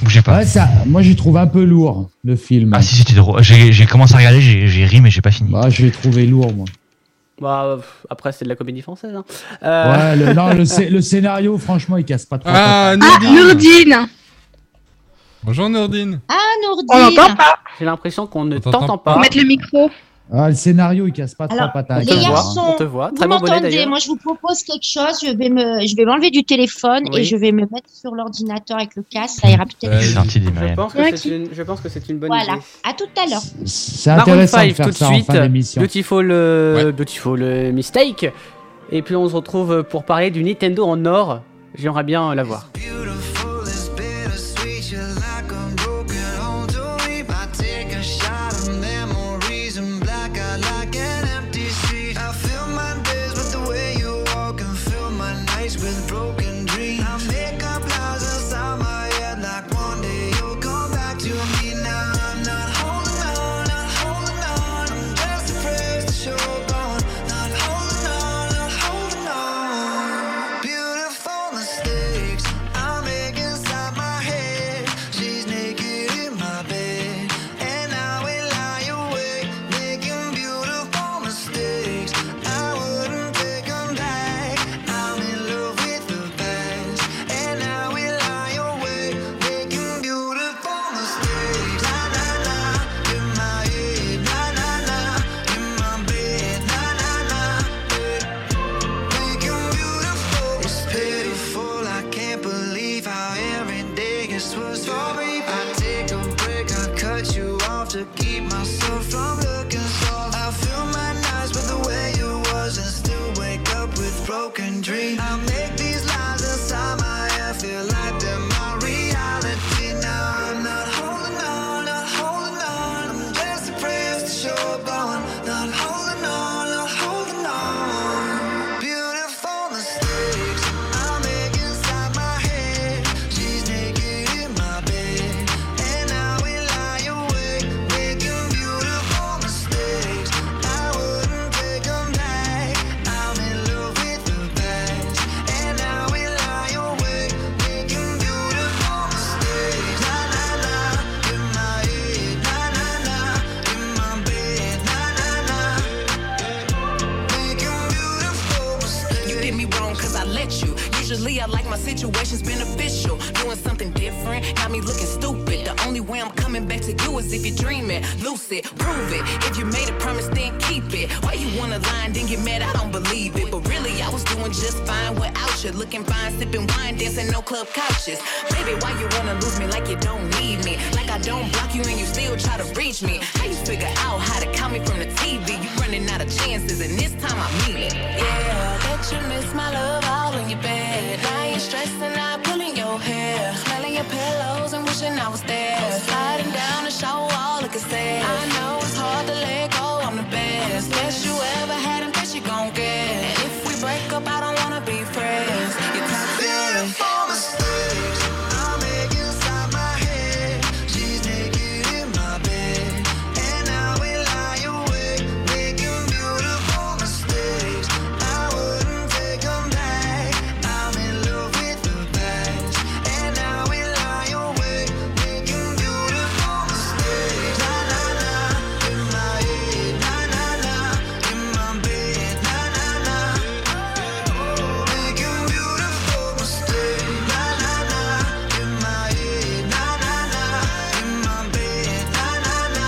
Speaker 1: Bougez pas.
Speaker 3: Ouais, ça, moi, j'ai trouvé un peu lourd le film.
Speaker 1: Ah si c'était drôle. J'ai j'ai commencé à regarder, j'ai j'ai ri mais j'ai pas fini.
Speaker 3: Bah, je l'ai trouvé lourd, moi.
Speaker 2: Bah, euh, pff, après, c'est de la comédie française. Hein.
Speaker 3: Ouais,
Speaker 2: Euh,
Speaker 3: le, non, le, scé- le scénario, franchement, il casse pas trop.
Speaker 14: Ah,
Speaker 13: Nordine
Speaker 14: Bonjour Nordine.
Speaker 11: Ah, Nourdine
Speaker 2: Oh,
Speaker 13: On l'entend pas
Speaker 2: J'ai l'impression qu'on ne
Speaker 14: t'entend
Speaker 2: t'entend
Speaker 14: pas.
Speaker 2: pas.
Speaker 13: Mettre le micro.
Speaker 3: Ah, le scénario, il casse pas trop
Speaker 11: Alors,
Speaker 3: patate.
Speaker 11: les garçons,
Speaker 2: on te voit. Très
Speaker 11: vous
Speaker 2: bon bonnet,
Speaker 11: m'entendez
Speaker 2: d'ailleurs.
Speaker 11: Moi, je vous propose quelque chose. Je vais me, je vais m'enlever du téléphone
Speaker 2: Oui.
Speaker 11: et je vais me mettre sur l'ordinateur avec le casque. Ça ira peut-être.
Speaker 1: C'est gentil
Speaker 2: Je
Speaker 1: d'Imariel.
Speaker 2: pense
Speaker 11: Ouais,
Speaker 2: que c'est une, je pense que c'est une bonne
Speaker 11: Voilà.
Speaker 2: idée.
Speaker 11: À tout à l'heure.
Speaker 3: C'est intéressant
Speaker 2: Maroon
Speaker 3: de faire
Speaker 2: tout de
Speaker 3: ça
Speaker 2: suite.
Speaker 3: en fin d'émission.
Speaker 2: Beautiful, euh, Beautiful euh, Mistake. Et puis on se retrouve euh, pour parler du Nintendo en or. J'aimerais bien euh, la voir.
Speaker 15: Bittersweet, you're like a broken home to me. I take a shot of memories and black out like an empty street. I fill my days with the way you walk and fill my nights with broken dreams. I make up lies inside my head like one day you'll come back to me. Now I'm not holding on, not holding on. I'm just afraid to show on. Not holding on, not holding on. Beautiful mistakes I make inside my head. She's naked in my bed, and I will lie awake making beautiful mistakes. I wouldn't take 'em back. I'm in love with the past, and I will lie awake making beautiful mistakes. La la la in my head, la la la in my bed, la la la. Making beautiful, it's pitiful. I can't believe how every day is was for me. I take a break, I cut you off to keep myself from looking soft. I fill my nights with the way you was and still wake up with broken dreams. I make these lies inside my head feel like they're my reality. Now I'm not holding on, not holding on. I'm just afraid to show up on. Not holding on, not holding on. Beautiful mistakes I make inside my head. She's naked in my bed, and I will lie awake making beautiful mistakes. I wouldn't take 'em back. I'm in love with the past, and I will lie awake making beautiful mistakes. La la la in my head, la la la in my bed, la la la. Making beautiful mistakes.
Speaker 8: You did me wrong cause I let you. Usually I like my situations beneficial. Doing something different got me looking stupid. The only way I'm coming back to you is if you dream it, lucid, prove it. If you made a promise, then keep it. Why you wanna lie and then get mad? I don't believe it. But really, I was doing just fine without you. Looking fine, sipping wine, dancing no club couches. Baby, why you wanna lose me like you don't need me? Like I don't block you and you still try to reach me. How you figure out how to call me from the TV? You running out of chances and this time I mean it. Yeah, that you miss my love all in your bed. Now you're stressing out, pulling your hair. Smelling your pillows and wishing I was there. Sliding down the shower wall, like I said. I know it's hard to let go, I'm the best. Best you ever had and best you gon' get. And if we break up, I don't wanna be friends. You're toxic.
Speaker 15: Beautiful mistakes I make inside my head. She's naked in my bed, and I will lie awake making beautiful mistakes. I wouldn't take 'em back. I'm in love with the past, and I will lie awake making beautiful mistakes. La la la in my head, la la la in my bed, la la la making beautiful mistakes. La la la in my head, la la la in my bed, la la la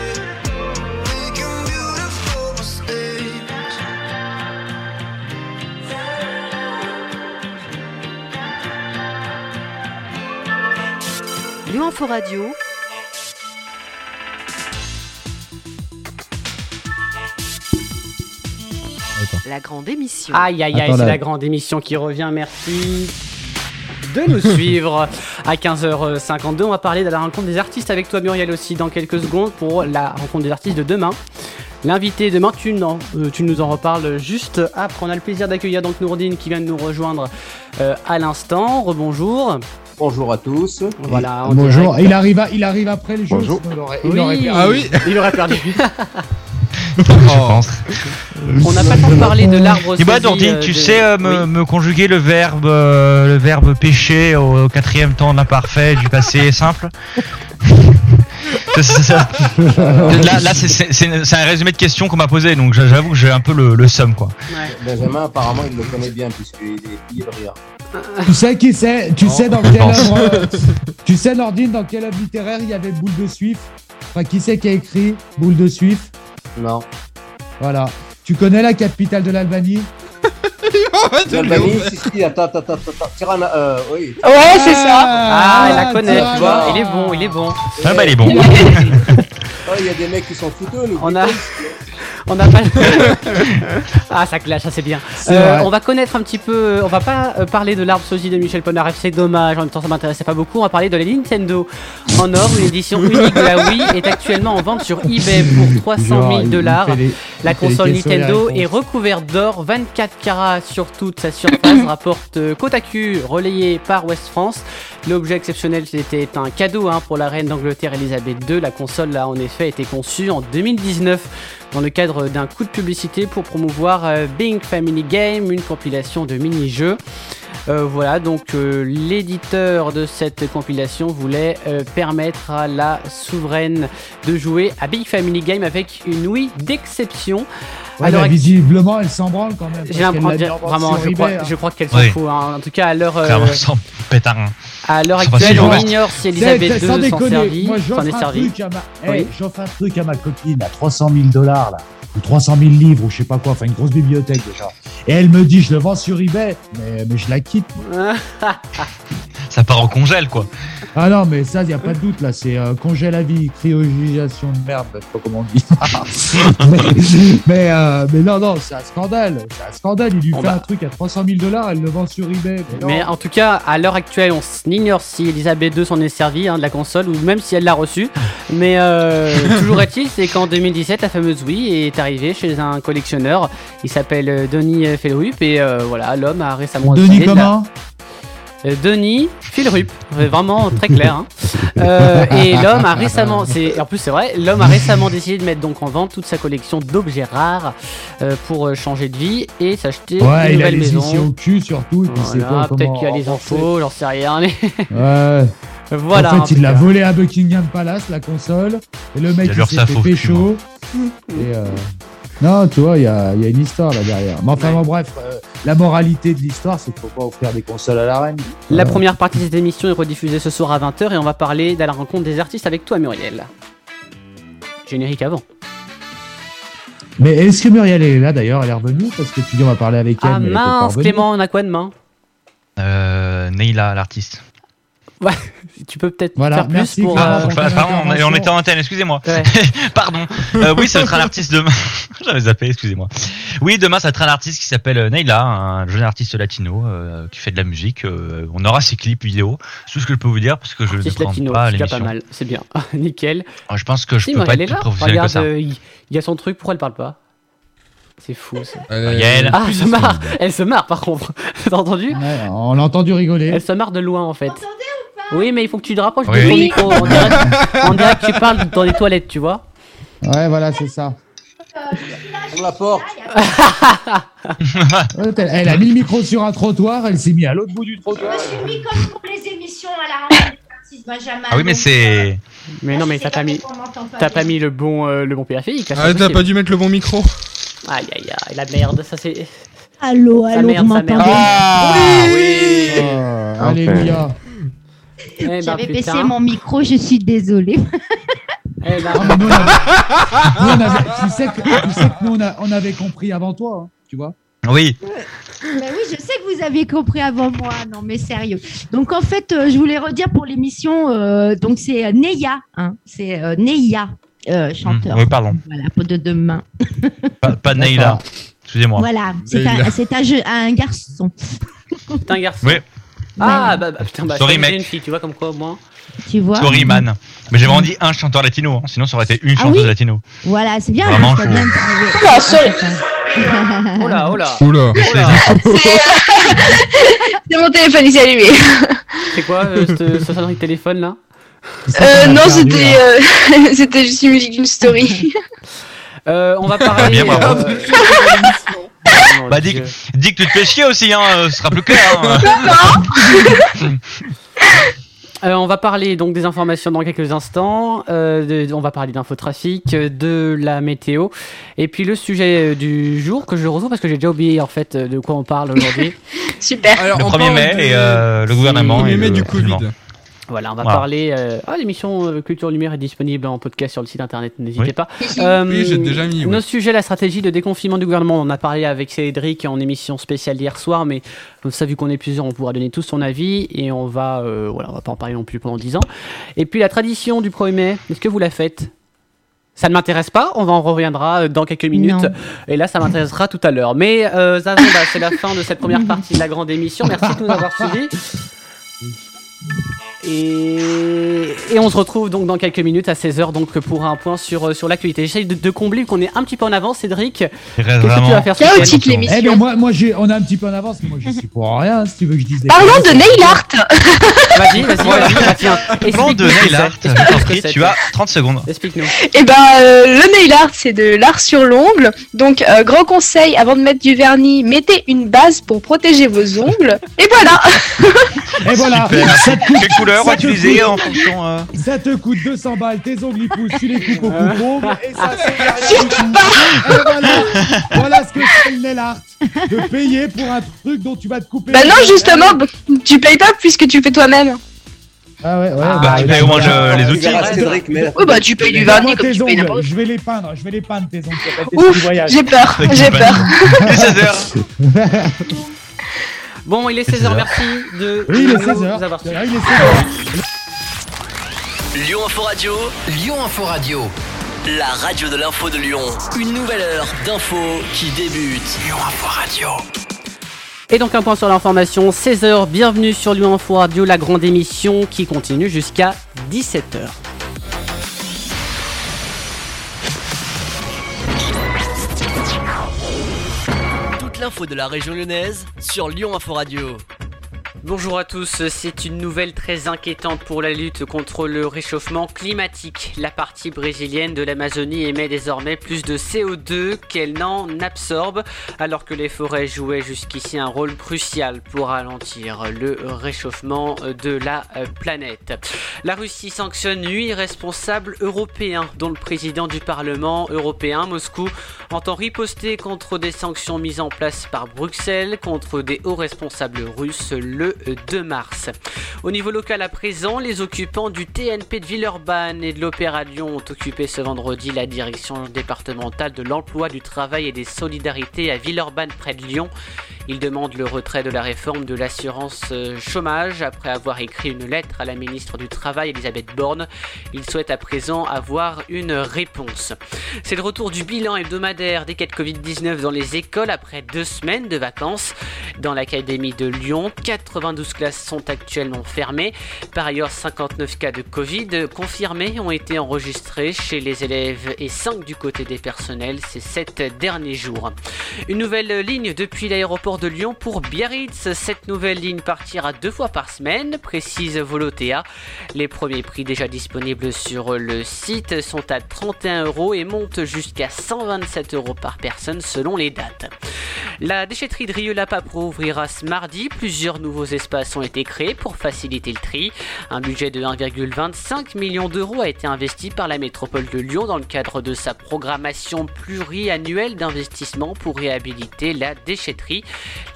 Speaker 15: making beautiful mistakes.
Speaker 6: Lyon Info Radio, La grande émission.
Speaker 16: Ah.
Speaker 2: Aïe aïe aïe,
Speaker 6: Attends,
Speaker 2: c'est
Speaker 6: là.
Speaker 2: la grande émission qui revient, merci de nous suivre à 15h52. On va parler de la rencontre des artistes avec toi Muriel aussi dans quelques secondes pour la rencontre des artistes de demain. L'invité demain, tu, n'en- euh, tu nous en reparles juste après. On a le plaisir d'accueillir donc Nourdine qui vient de nous rejoindre euh, à l'instant. Rebonjour.
Speaker 15: Bonjour à tous.
Speaker 2: Voilà. en
Speaker 3: Bonjour,
Speaker 2: direct.
Speaker 3: il arrive, à- il arrive après le jeu.
Speaker 15: Bonjour.
Speaker 3: sinon il aurait- il
Speaker 2: Oui,
Speaker 3: aurait perdu.
Speaker 2: il aurait perdu.
Speaker 1: Je pense.
Speaker 2: On n'a pas tant parlé de l'arbre.
Speaker 1: Dis-moi,
Speaker 2: saisi,
Speaker 1: Dordi,
Speaker 2: euh,
Speaker 1: tu
Speaker 2: de-
Speaker 1: sais euh, me, me conjuguer le verbe, euh, le verbe pêcher au quatrième temps de l'imparfait du passé simple C'est ça. Là, là, c'est- c'est c'est- c'est un résumé de questions qu'on m'a posé, donc j'avoue que j'ai un peu le, le seum quoi.
Speaker 15: Benjamin, apparemment, il le connaît bien puisqu'il est il rire.
Speaker 3: Tu sais qui c'est Tu sais dans
Speaker 15: je
Speaker 3: quelle
Speaker 15: pense.
Speaker 3: œuvre euh, Tu sais Nordine dans quelle œuvre littéraire il y avait Boule de Suif Enfin qui c'est qui a écrit Boule de Suif
Speaker 15: Non.
Speaker 3: Voilà. Tu connais la capitale de l'Albanie
Speaker 15: L'Albanie, si, si, attends, attends, attends, attends. Tirana, euh, oui.
Speaker 2: Ah, il la connaît.
Speaker 15: tu
Speaker 2: tu
Speaker 15: vois.
Speaker 2: vois. Il est bon, il est bon.
Speaker 1: Ah bah, il est bon.
Speaker 15: Oh, il y a des mecs qui sont fouteux, nous.
Speaker 2: On a. On n'a pas. ah, ça clash, ça c'est bien.
Speaker 15: C'est
Speaker 2: Euh,
Speaker 15: vrai.
Speaker 2: on va connaître un petit peu. On va pas euh, parler de l'arbre sosie de Michel Polnareff, c'est dommage. En même temps, ça m'intéressait pas beaucoup. On va parler de la Nintendo en or. Une édition unique de la Wii est actuellement en vente sur eBay pour 300
Speaker 15: Genre,
Speaker 2: 000
Speaker 15: il- il
Speaker 2: dollars.
Speaker 15: fait les-
Speaker 2: La
Speaker 15: il fait les
Speaker 2: console
Speaker 15: questions et les
Speaker 2: Nintendo
Speaker 15: réponses.
Speaker 2: est recouverte d'or, 24 carats sur toute sa surface, rapporte euh, Kotaku, relayé par West France. L'objet exceptionnel c'était un cadeau hein, pour la reine d'Angleterre Elisabeth II. La console a en effet été conçue en 2019 dans le cadre d'un coup de publicité pour promouvoir euh, Bing Family Game, une compilation de mini-jeux. Euh, voilà, donc euh, l'éditeur de cette compilation voulait euh, permettre à la souveraine de jouer à Big Family Game avec une Wii d'exception.
Speaker 3: Ouais,
Speaker 2: À l'heure
Speaker 3: mais visiblement elle s'en branle quand même.
Speaker 2: j'ai
Speaker 3: parce qu'elle
Speaker 2: l'impression,
Speaker 3: l'a mis en vente
Speaker 2: vraiment,
Speaker 3: sur
Speaker 2: je crois,
Speaker 3: eBay, hein.
Speaker 2: je crois qu'elle s'en
Speaker 1: Oui.
Speaker 2: fout. hein. En tout cas, à l'heure, euh,
Speaker 1: Clairement, sans pétarin.
Speaker 2: à l'heure
Speaker 1: Sans facile,
Speaker 2: actuelle, on
Speaker 1: hein.
Speaker 2: ignore si
Speaker 3: C'est-
Speaker 2: Elisabeth
Speaker 3: c'est-
Speaker 2: II
Speaker 3: sans
Speaker 2: s'en
Speaker 3: déconner,
Speaker 2: servit,
Speaker 3: moi, j'offre
Speaker 2: s'en est
Speaker 3: un
Speaker 2: servie.
Speaker 3: truc à ma-
Speaker 2: Oui.
Speaker 3: Eh, J'offre un truc à ma copine à 300 000 dollars là, ou 300 000 livres ou je sais pas quoi, enfin une grosse bibliothèque déjà. Et elle me dit je le vends sur eBay, mais, mais je la quitte.
Speaker 1: Ça part en congèle quoi.
Speaker 3: Ah non mais ça y a pas de doute là, c'est euh, congé la vie, cryogénisation de merde, je sais pas comment on dit. mais mais, euh, mais non non c'est un scandale, c'est un scandale. Il lui fait un truc à 300 000 dollars, elle le vend sur eBay. Mais non.
Speaker 2: bah. Mais ah, en tout cas, à l'heure actuelle, on s- ignore si Elisabeth II s'en est servie hein, de la console ou même si elle l'a reçue. Mais euh, toujours est-il, c'est qu'en 2017, la fameuse Wii est arrivée chez un collectionneur. Il s'appelle euh, Denis Felrup et euh, voilà, l'homme a récemment.
Speaker 3: Denis
Speaker 2: décidé de la-
Speaker 3: comment
Speaker 2: Euh, Denis Philrup, Euh, vraiment très clair. hein. Euh, et l'homme a récemment, c'est en plus c'est vrai, l'homme a récemment décidé de mettre donc en vente toute sa collection d'objets rares euh, pour euh, changer de vie et s'acheter
Speaker 3: Ouais,
Speaker 2: une
Speaker 3: il a
Speaker 2: nouvelle
Speaker 3: les
Speaker 2: maison.
Speaker 3: ici au cul surtout. et puis c'est pas
Speaker 2: Voilà,
Speaker 3: comment
Speaker 2: peut-être qu'il y a les
Speaker 3: rembourser.
Speaker 2: infos, j'en sais rien. Mais...
Speaker 3: Ouais.
Speaker 2: Voilà.
Speaker 3: En fait, il l'a volé à Buckingham Palace, la console. Et le mec,
Speaker 1: Il a
Speaker 3: il
Speaker 1: leur
Speaker 3: s'est
Speaker 1: sa
Speaker 3: fait
Speaker 1: faute,
Speaker 3: pécho. Et, euh, Non, tu vois, il y a, il y a une histoire là derrière. Mais enfin, bon, bref, euh, la moralité de l'histoire, c'est qu'il faut pas offrir des consoles à la reine.
Speaker 2: La
Speaker 3: Euh,
Speaker 2: première partie de cette émission est rediffusée ce soir à 20h et on va parler de la rencontre des artistes avec toi Muriel. Générique avant.
Speaker 3: Mais est-ce que Muriel est là d'ailleurs Elle est revenue Parce que tu dis, on va parler avec elle.
Speaker 2: Ah
Speaker 3: mais elle est pas
Speaker 2: mince
Speaker 3: revenue.
Speaker 2: Clément, on a quoi demain
Speaker 1: Euh, Neila, l'artiste.
Speaker 2: Ouais, Tu peux peut-être
Speaker 3: Voilà,
Speaker 2: faire plus
Speaker 3: merci,
Speaker 2: pour...
Speaker 1: Ah,
Speaker 2: euh,
Speaker 1: faut- pardon, on, on était en antenne, excusez-moi. pardon. Euh, oui, ça va être un artiste demain. J'avais zappé, excusez-moi. Oui, demain, ça va être un artiste qui s'appelle euh, Neila, un jeune artiste latino euh, qui fait de la musique. Euh, on aura ses clips vidéo. C'est tout ce que je peux vous dire parce que je ne
Speaker 2: Artiste
Speaker 1: prends
Speaker 2: latino,
Speaker 1: pas à
Speaker 2: c'est déjà pas
Speaker 1: l'émission.
Speaker 2: mal, c'est bien, nickel.
Speaker 1: Ah, Je pense que je
Speaker 2: Si,
Speaker 1: peux
Speaker 2: Muriel
Speaker 1: pas
Speaker 2: est
Speaker 1: être plus
Speaker 2: là.
Speaker 1: professionnel
Speaker 2: Regarde,
Speaker 1: que ça.
Speaker 2: euh, il il y a son truc, pourquoi elle parle pas C'est fou ça.
Speaker 1: Muriel.
Speaker 2: Ah, elle se marre Elle se marre par contre T'as entendu
Speaker 3: Ouais, On l'a entendu rigoler.
Speaker 2: Elle se marre de loin en fait. Oui, mais il faut que tu te rapproches
Speaker 3: Oui.
Speaker 2: de ton
Speaker 3: Oui.
Speaker 2: micro. On dirait, on dirait que tu parles dans les toilettes, tu vois.
Speaker 3: Ouais, voilà, c'est ça.
Speaker 15: Ouvre la porte.
Speaker 3: Ouais, Elle elle a mis le micro sur un trottoir, elle s'est mise à l'autre bout du
Speaker 16: Je me suis mis comme pour les émissions à la rencontre des artistes, Benjamin.
Speaker 2: Ah oui, mais
Speaker 1: c'est.
Speaker 2: Mais non, mais t'as pas mis,
Speaker 16: on m'entend pas
Speaker 2: t'as
Speaker 16: bien.
Speaker 2: pas mis le bon, euh, le bon périphérique. là, c'est
Speaker 5: Ah, t'as
Speaker 2: impossible.
Speaker 5: pas dû mettre le bon micro.
Speaker 2: Aïe aïe aïe, la merde, ça c'est.
Speaker 17: Allô,
Speaker 2: Sa
Speaker 17: allô,
Speaker 2: merde,
Speaker 17: vous
Speaker 2: sa merde.
Speaker 17: m'entendez
Speaker 2: Ah, oui.
Speaker 3: Alléluia.
Speaker 2: ben,
Speaker 17: J'avais
Speaker 2: putain.
Speaker 17: baissé mon micro, je suis désolée.
Speaker 2: Eh ben,
Speaker 3: Nous, on avait- tu, sais que, tu sais que nous, on, a- on avait compris avant toi, hein, tu vois.
Speaker 1: Oui.
Speaker 17: Bah oui, je sais que vous aviez compris avant moi. Non, mais sérieux. Donc, en fait, euh, je voulais redire pour l'émission. euh, donc, c'est euh, Neya. hein. c'est
Speaker 1: Mmh,
Speaker 17: euh, Neya, euh, chanteur.
Speaker 1: Oui, pardon.
Speaker 17: Voilà, pour de demain.
Speaker 1: Pas, pas Neila. Excusez-moi.
Speaker 17: Voilà, c'est
Speaker 1: Leïla.
Speaker 17: un, c'est un, jeu- un garçon.
Speaker 2: T'es un garçon.
Speaker 1: Oui.
Speaker 2: Ah, bah, bah, putain, bah,
Speaker 1: Sorry,
Speaker 2: j'ai
Speaker 1: mec.
Speaker 2: une fille, tu vois, comme quoi, au moins.
Speaker 17: Tu vois
Speaker 1: Sorry, man. Mais j'ai vraiment dit un chanteur latino, hein, sinon ça aurait été une
Speaker 17: Ah
Speaker 1: chanteuse
Speaker 17: oui
Speaker 1: latino.
Speaker 17: Voilà, c'est bien.
Speaker 1: Vraiment,
Speaker 17: je
Speaker 1: je-
Speaker 17: même pas arrivé.
Speaker 4: Oula, Ah, sorry.
Speaker 2: Oula, oula.
Speaker 5: Oula.
Speaker 4: C'est mon téléphone, il s'est allumé.
Speaker 3: Ah,
Speaker 2: C'est quoi, euh, cette cette sonnerie de téléphone, là
Speaker 4: Euh, non, c'était euh,
Speaker 1: hein.
Speaker 4: c'était juste une musique d'une story.
Speaker 2: Euh, on va parler.
Speaker 1: Bien, bravo.
Speaker 2: euh,
Speaker 1: Bah, dis, que- dis que tu te fais chier aussi, hein, euh, ce sera plus clair. hein.
Speaker 2: euh, on va parler donc des informations dans quelques instants. euh, de- on va parler d'infotrafic, euh, de la météo. Et puis le sujet euh, du jour que je retrouve parce que j'ai déjà oublié en fait euh, de quoi on parle aujourd'hui.
Speaker 4: Super.
Speaker 1: le 1er mai et euh, le gouvernement. et le confinement.
Speaker 2: Voilà, on va
Speaker 1: Voilà.
Speaker 2: parler. euh, ah, l'émission euh, Culture Lumière est disponible en podcast sur le site internet, n'hésitez
Speaker 1: Oui.
Speaker 2: pas. Euh,
Speaker 5: Oui, j'ai déjà mis, oui.
Speaker 2: Nos sujets, la stratégie de déconfinement du gouvernement, on en a parlé avec Cédric en émission spéciale hier soir, mais comme ça, vu qu'on est plusieurs, on pourra donner tous son avis et on va, euh, voilà, on va pas en parler non plus pendant 10 ans. Et puis la tradition du 1er mai, est-ce que vous la faites ça ne m'intéresse pas, on en reviendra euh, dans quelques minutes.
Speaker 17: Non.
Speaker 2: Et là, ça m'intéressera tout à l'heure. Mais euh, Zaza, bah, c'est la fin de cette première partie de la grande émission. Merci de nous avoir suivis. Et, et on se retrouve donc dans quelques minutes à 16h donc pour un point sur, euh, sur l'actualité. J'essaye de, de combler qu'on est un petit peu en avance, Cédric.
Speaker 1: Il
Speaker 2: Qu'est-ce
Speaker 1: reste
Speaker 2: que tu vas
Speaker 1: vraiment.
Speaker 2: faire ce
Speaker 4: Chaotique
Speaker 2: week-end
Speaker 4: l'émission.
Speaker 3: Eh bien, moi, moi j'ai, on est un petit peu en avance, mais moi, je suis pour rien, si tu veux que je dise des
Speaker 4: Parlons
Speaker 3: conneries.
Speaker 4: de nail art.
Speaker 2: Vas-y, vas-y, vas-y, bah, tiens.
Speaker 1: Plan de
Speaker 2: Explique-nous ce que
Speaker 1: nail art,
Speaker 2: c'est.
Speaker 1: je t'en
Speaker 2: Explique-nous ce que
Speaker 1: prie,
Speaker 2: c'est.
Speaker 1: tu as 30 secondes.
Speaker 2: Explique-nous.
Speaker 4: Et ben euh, le nail art c'est de l'art sur l'ongle. Donc euh, grand conseil avant de mettre du vernis, mettez une base pour protéger vos ongles. Et voilà.
Speaker 3: Et voilà,
Speaker 1: Super.
Speaker 3: ça te coûte,
Speaker 1: Quelle couleur
Speaker 3: ça te
Speaker 1: utiliser en
Speaker 3: coûte-
Speaker 1: fonction. euh,
Speaker 3: Ça te coûte 200 balles, tes ongles ils poussent, tu les coupes au coupe et ça c'est Et voilà, voilà ce que c'est le nail art, de payer pour un truc dont tu vas te couper.
Speaker 4: Bah
Speaker 3: les
Speaker 4: non
Speaker 3: doigts.
Speaker 4: justement, bah, tu payes pas puisque tu fais toi-même.
Speaker 3: Ah ouais, ouais.
Speaker 1: bah, tu payes au moins euh, les
Speaker 15: Tu
Speaker 1: outils.
Speaker 15: verras, Cédric, mais-
Speaker 4: Oui bah tu payes du vernis comme
Speaker 3: tes
Speaker 4: tu payes
Speaker 3: ongles,
Speaker 4: n'importe
Speaker 3: je vais les peindre, je vais les peindre tes ongles. ça va être des
Speaker 4: Ouf,
Speaker 3: petits voyages.
Speaker 4: J'ai peur,
Speaker 1: Avec
Speaker 4: j'ai
Speaker 1: une
Speaker 4: peur.
Speaker 1: panne. Et 16 heures.
Speaker 2: Bon, il est 16h, merci de
Speaker 3: Oui, il est
Speaker 2: nous
Speaker 3: 16 heures.
Speaker 2: avoir suivis.
Speaker 3: Ah, il est 16 heures.
Speaker 18: Lyon Info Radio, Lyon Info Radio, la radio de l'info de Lyon. Une nouvelle heure d'info qui débute. Lyon Info Radio.
Speaker 2: Et donc un point sur l'information, 16h, bienvenue sur Lyon Info Radio, la grande émission qui continue jusqu'à 17h.
Speaker 18: Toute l'info de la région lyonnaise sur Lyon Info Radio.
Speaker 2: Bonjour à tous, c'est une nouvelle très inquiétante pour la lutte contre le réchauffement climatique. La partie brésilienne de l'Amazonie émet désormais plus de CO2 qu'elle n'en absorbe, alors que les forêts jouaient jusqu'ici un rôle crucial pour ralentir le réchauffement de la euh, planète. La Russie sanctionne huit responsables européens, dont le président du Parlement européen, Moscou, entend riposter contre des sanctions mises en place par Bruxelles contre des hauts responsables russes le 2 mars. Au niveau local à présent, les occupants du TNP de Villeurbanne et de l'Opéra de Lyon ont occupé ce vendredi la direction départementale de l'emploi, du travail et des solidarités à Villeurbanne près de Lyon. Ils demandent le retrait de la réforme de l'assurance euh, chômage après avoir écrit une lettre à la ministre du Travail Elisabeth Borne. Ils souhaitent à présent avoir une réponse. C'est le retour du bilan hebdomadaire des cas de Covid-19 dans les écoles après deux semaines de vacances. Dans l'académie de Lyon, 92 classes sont actuellement fermées. Par ailleurs, 59 cas de Covid confirmés ont été enregistrés chez les élèves et 5 du côté des personnels ces 7 derniers jours. Une nouvelle ligne depuis l'aéroport de Lyon pour Biarritz. Cette nouvelle ligne partira deux fois par semaine, précise Volotea. Les premiers prix déjà disponibles sur le site sont à 31 euros et montent jusqu'à 127 euros par personne selon les dates. La déchetterie de Rieux-la-Papro ouvrira ce mardi. Plusieurs nouveaux espaces ont été créés pour faciliter le tri. Un budget de 1,25 million d'euros a été investi par la métropole de Lyon dans le cadre de sa programmation pluriannuelle d'investissement pour réhabiliter la déchetterie.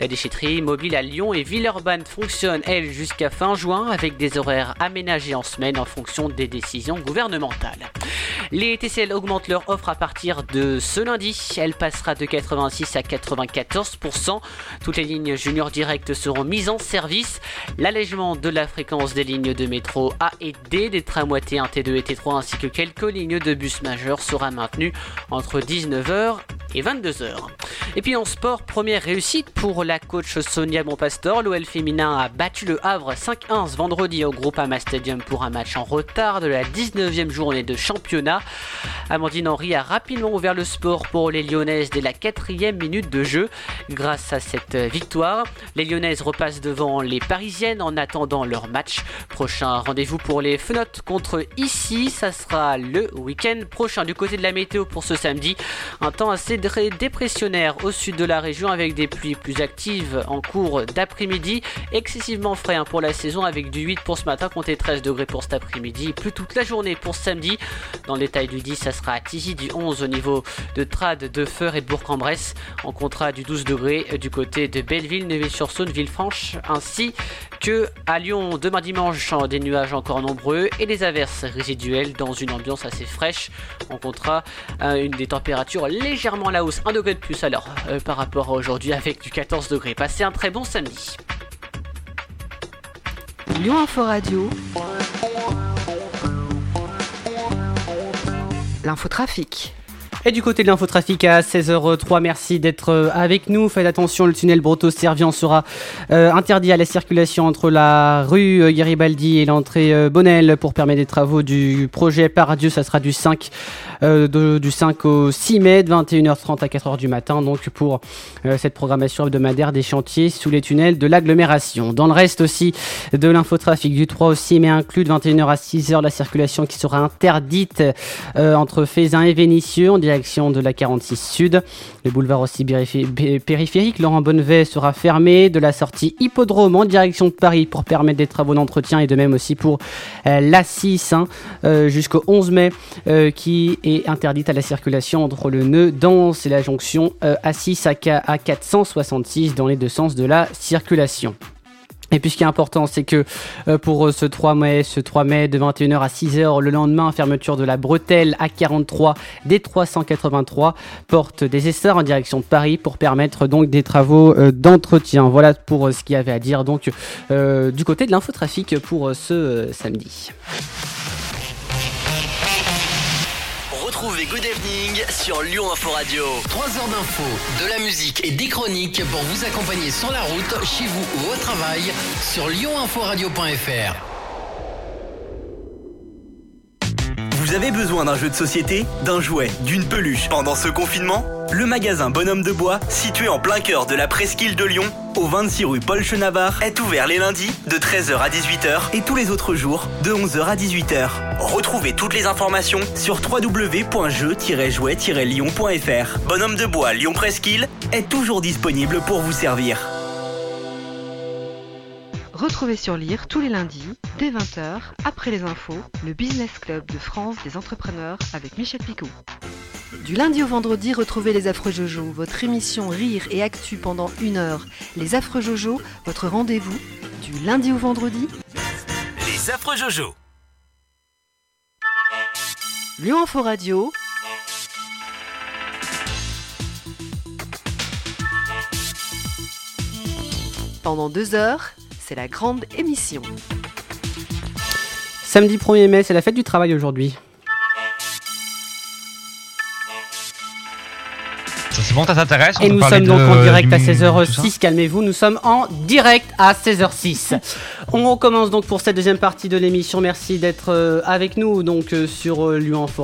Speaker 2: La déchetterie mobile à Lyon et Villeurbanne fonctionne, elle, jusqu'à fin juin avec des horaires aménagés en semaine en fonction des décisions gouvernementales. Les TCL augmentent leur offre à partir de ce lundi. Elle passera de 86 à 94%. Toutes les lignes junior directes seront mises en service. L'allègement de la fréquence des lignes de métro A et D, des tramways T1, T2 et T3 ainsi que quelques lignes de bus majeurs sera maintenu entre 19h et 22h. Et puis en sport, première réussite pour la coach Sonia Bonpastor. L'OL féminin a battu le Havre 5-1 ce vendredi au Groupama Stadium pour un match en retard de la 19e journée de championnat. Amandine Henry a rapidement ouvert le sport pour les Lyonnaises dès la 4e minute de jeu. Grâce à cette victoire, les Lyonnaises repassent devant les Parisiennes en attendant leur match. Prochain rendez-vous pour les Fenotes contre ici, ça sera le week-end prochain du côté de la météo pour ce samedi. Un temps assez dré- dépressionnaire au sud de la région avec des pluies plus actives en cours d'après-midi. Excessivement frais hein, pour la saison avec du 8 pour ce matin, comptez 13 degrés pour cet après-midi, plus toute la journée pour samedi. Dans le détail du 10, ça sera à Tizy, du 11 au niveau de Trade, de Feur et de Bourg-en-Bresse. En contrat du 12 degrés euh, du côté de Belleville, Neuville-sur-Saône, Villefranche, ainsi que à Lyon demain dimanche. euh, Des nuages encore nombreux et des averses résiduelles dans une ambiance assez fraîche. On comptera euh, une des températures légèrement à la hausse, 1 degré de plus alors euh, par rapport à aujourd'hui avec du 14 degrés. Passez un très bon samedi.
Speaker 6: Lyon Info Radio. L'infotrafic.
Speaker 2: Et du côté de l'infotrafic à 16h03, merci d'être euh, avec nous. Faites attention, le tunnel Breteau-Servian sera euh, interdit à la circulation entre la rue euh, Garibaldi et l'entrée euh, Bonnel pour permettre des travaux du projet Paradieu. Ça sera du 5, euh, de- du 5 au 6 mai, de 21h30 à 4h du matin. Donc pour euh, cette programmation hebdomadaire des chantiers sous les tunnels de l'agglomération. Dans le reste aussi de l'infotrafic du 3 au 6 mai inclus de 21h à 6h, la circulation qui sera interdite euh, entre Fézin et Vénissieux en direction de la 46 Sud. Le boulevard aussi bérifi- bé- périphérique, Laurent Bonnevet sera fermé de la sortie Hippodrome en direction de Paris pour permettre des travaux d'entretien et de même aussi pour euh, la 6 hein, euh, jusqu'au 11 mai euh, qui est interdite à la circulation entre le nœud d'Anse et la jonction euh, A6 à, K- à 466 dans les deux sens de la circulation. Et puis ce qui est important, c'est que euh, pour euh, ce 3 mai, ce 3 mai de 21h à 6h, le lendemain, fermeture de la bretelle A43 des 383, porte des essarts en direction de Paris pour permettre donc des travaux euh, d'entretien. Voilà pour euh, ce qu'il y avait à dire donc euh, du côté de l'infotrafic pour euh, ce euh, samedi.
Speaker 18: Retrouvez Good Evening sur Lyon Info Radio. 3 heures d'info, de la musique et des chroniques pour vous accompagner sur la route, chez vous ou au travail sur lyoninforadio.fr.
Speaker 19: Vous avez besoin d'un jeu de société, d'un jouet, d'une peluche pendant ce confinement Le magasin Bonhomme de Bois, situé en plein cœur de la presqu'île de Lyon, au 26 rue Paul Chenavard, est ouvert les lundis de 13h à 18h et tous les autres jours de 11h à 18h. Retrouvez toutes les informations sur www.jeu-jouet-lyon.fr. Bonhomme de Bois Lyon Presqu'île est toujours disponible pour vous servir.
Speaker 6: Retrouvez sur Lire tous les lundis, dès 20h, après les infos, le Business Club de France des entrepreneurs avec Michel Picot. Du lundi au vendredi, retrouvez les Affreux Jojo, votre émission Rire et Actu pendant une heure. Les Affreux Jojo, votre rendez-vous, du lundi au vendredi,
Speaker 18: Les affreux Jojo.
Speaker 6: Lyon Info Radio. Pendant deux heures, c'est la grande émission.
Speaker 2: Samedi 1er mai, c'est la fête du travail aujourd'hui.
Speaker 1: C'est bon, ça t'intéresse
Speaker 2: Et
Speaker 1: On peut
Speaker 2: nous
Speaker 1: parler
Speaker 2: sommes donc
Speaker 1: de-
Speaker 2: en direct
Speaker 1: du-
Speaker 2: à
Speaker 1: tout
Speaker 2: 16h06, calmez-vous, nous sommes en direct à 16h06. On recommence donc pour cette deuxième partie de l'émission, merci d'être euh, avec nous donc euh, sur euh, Lyon Info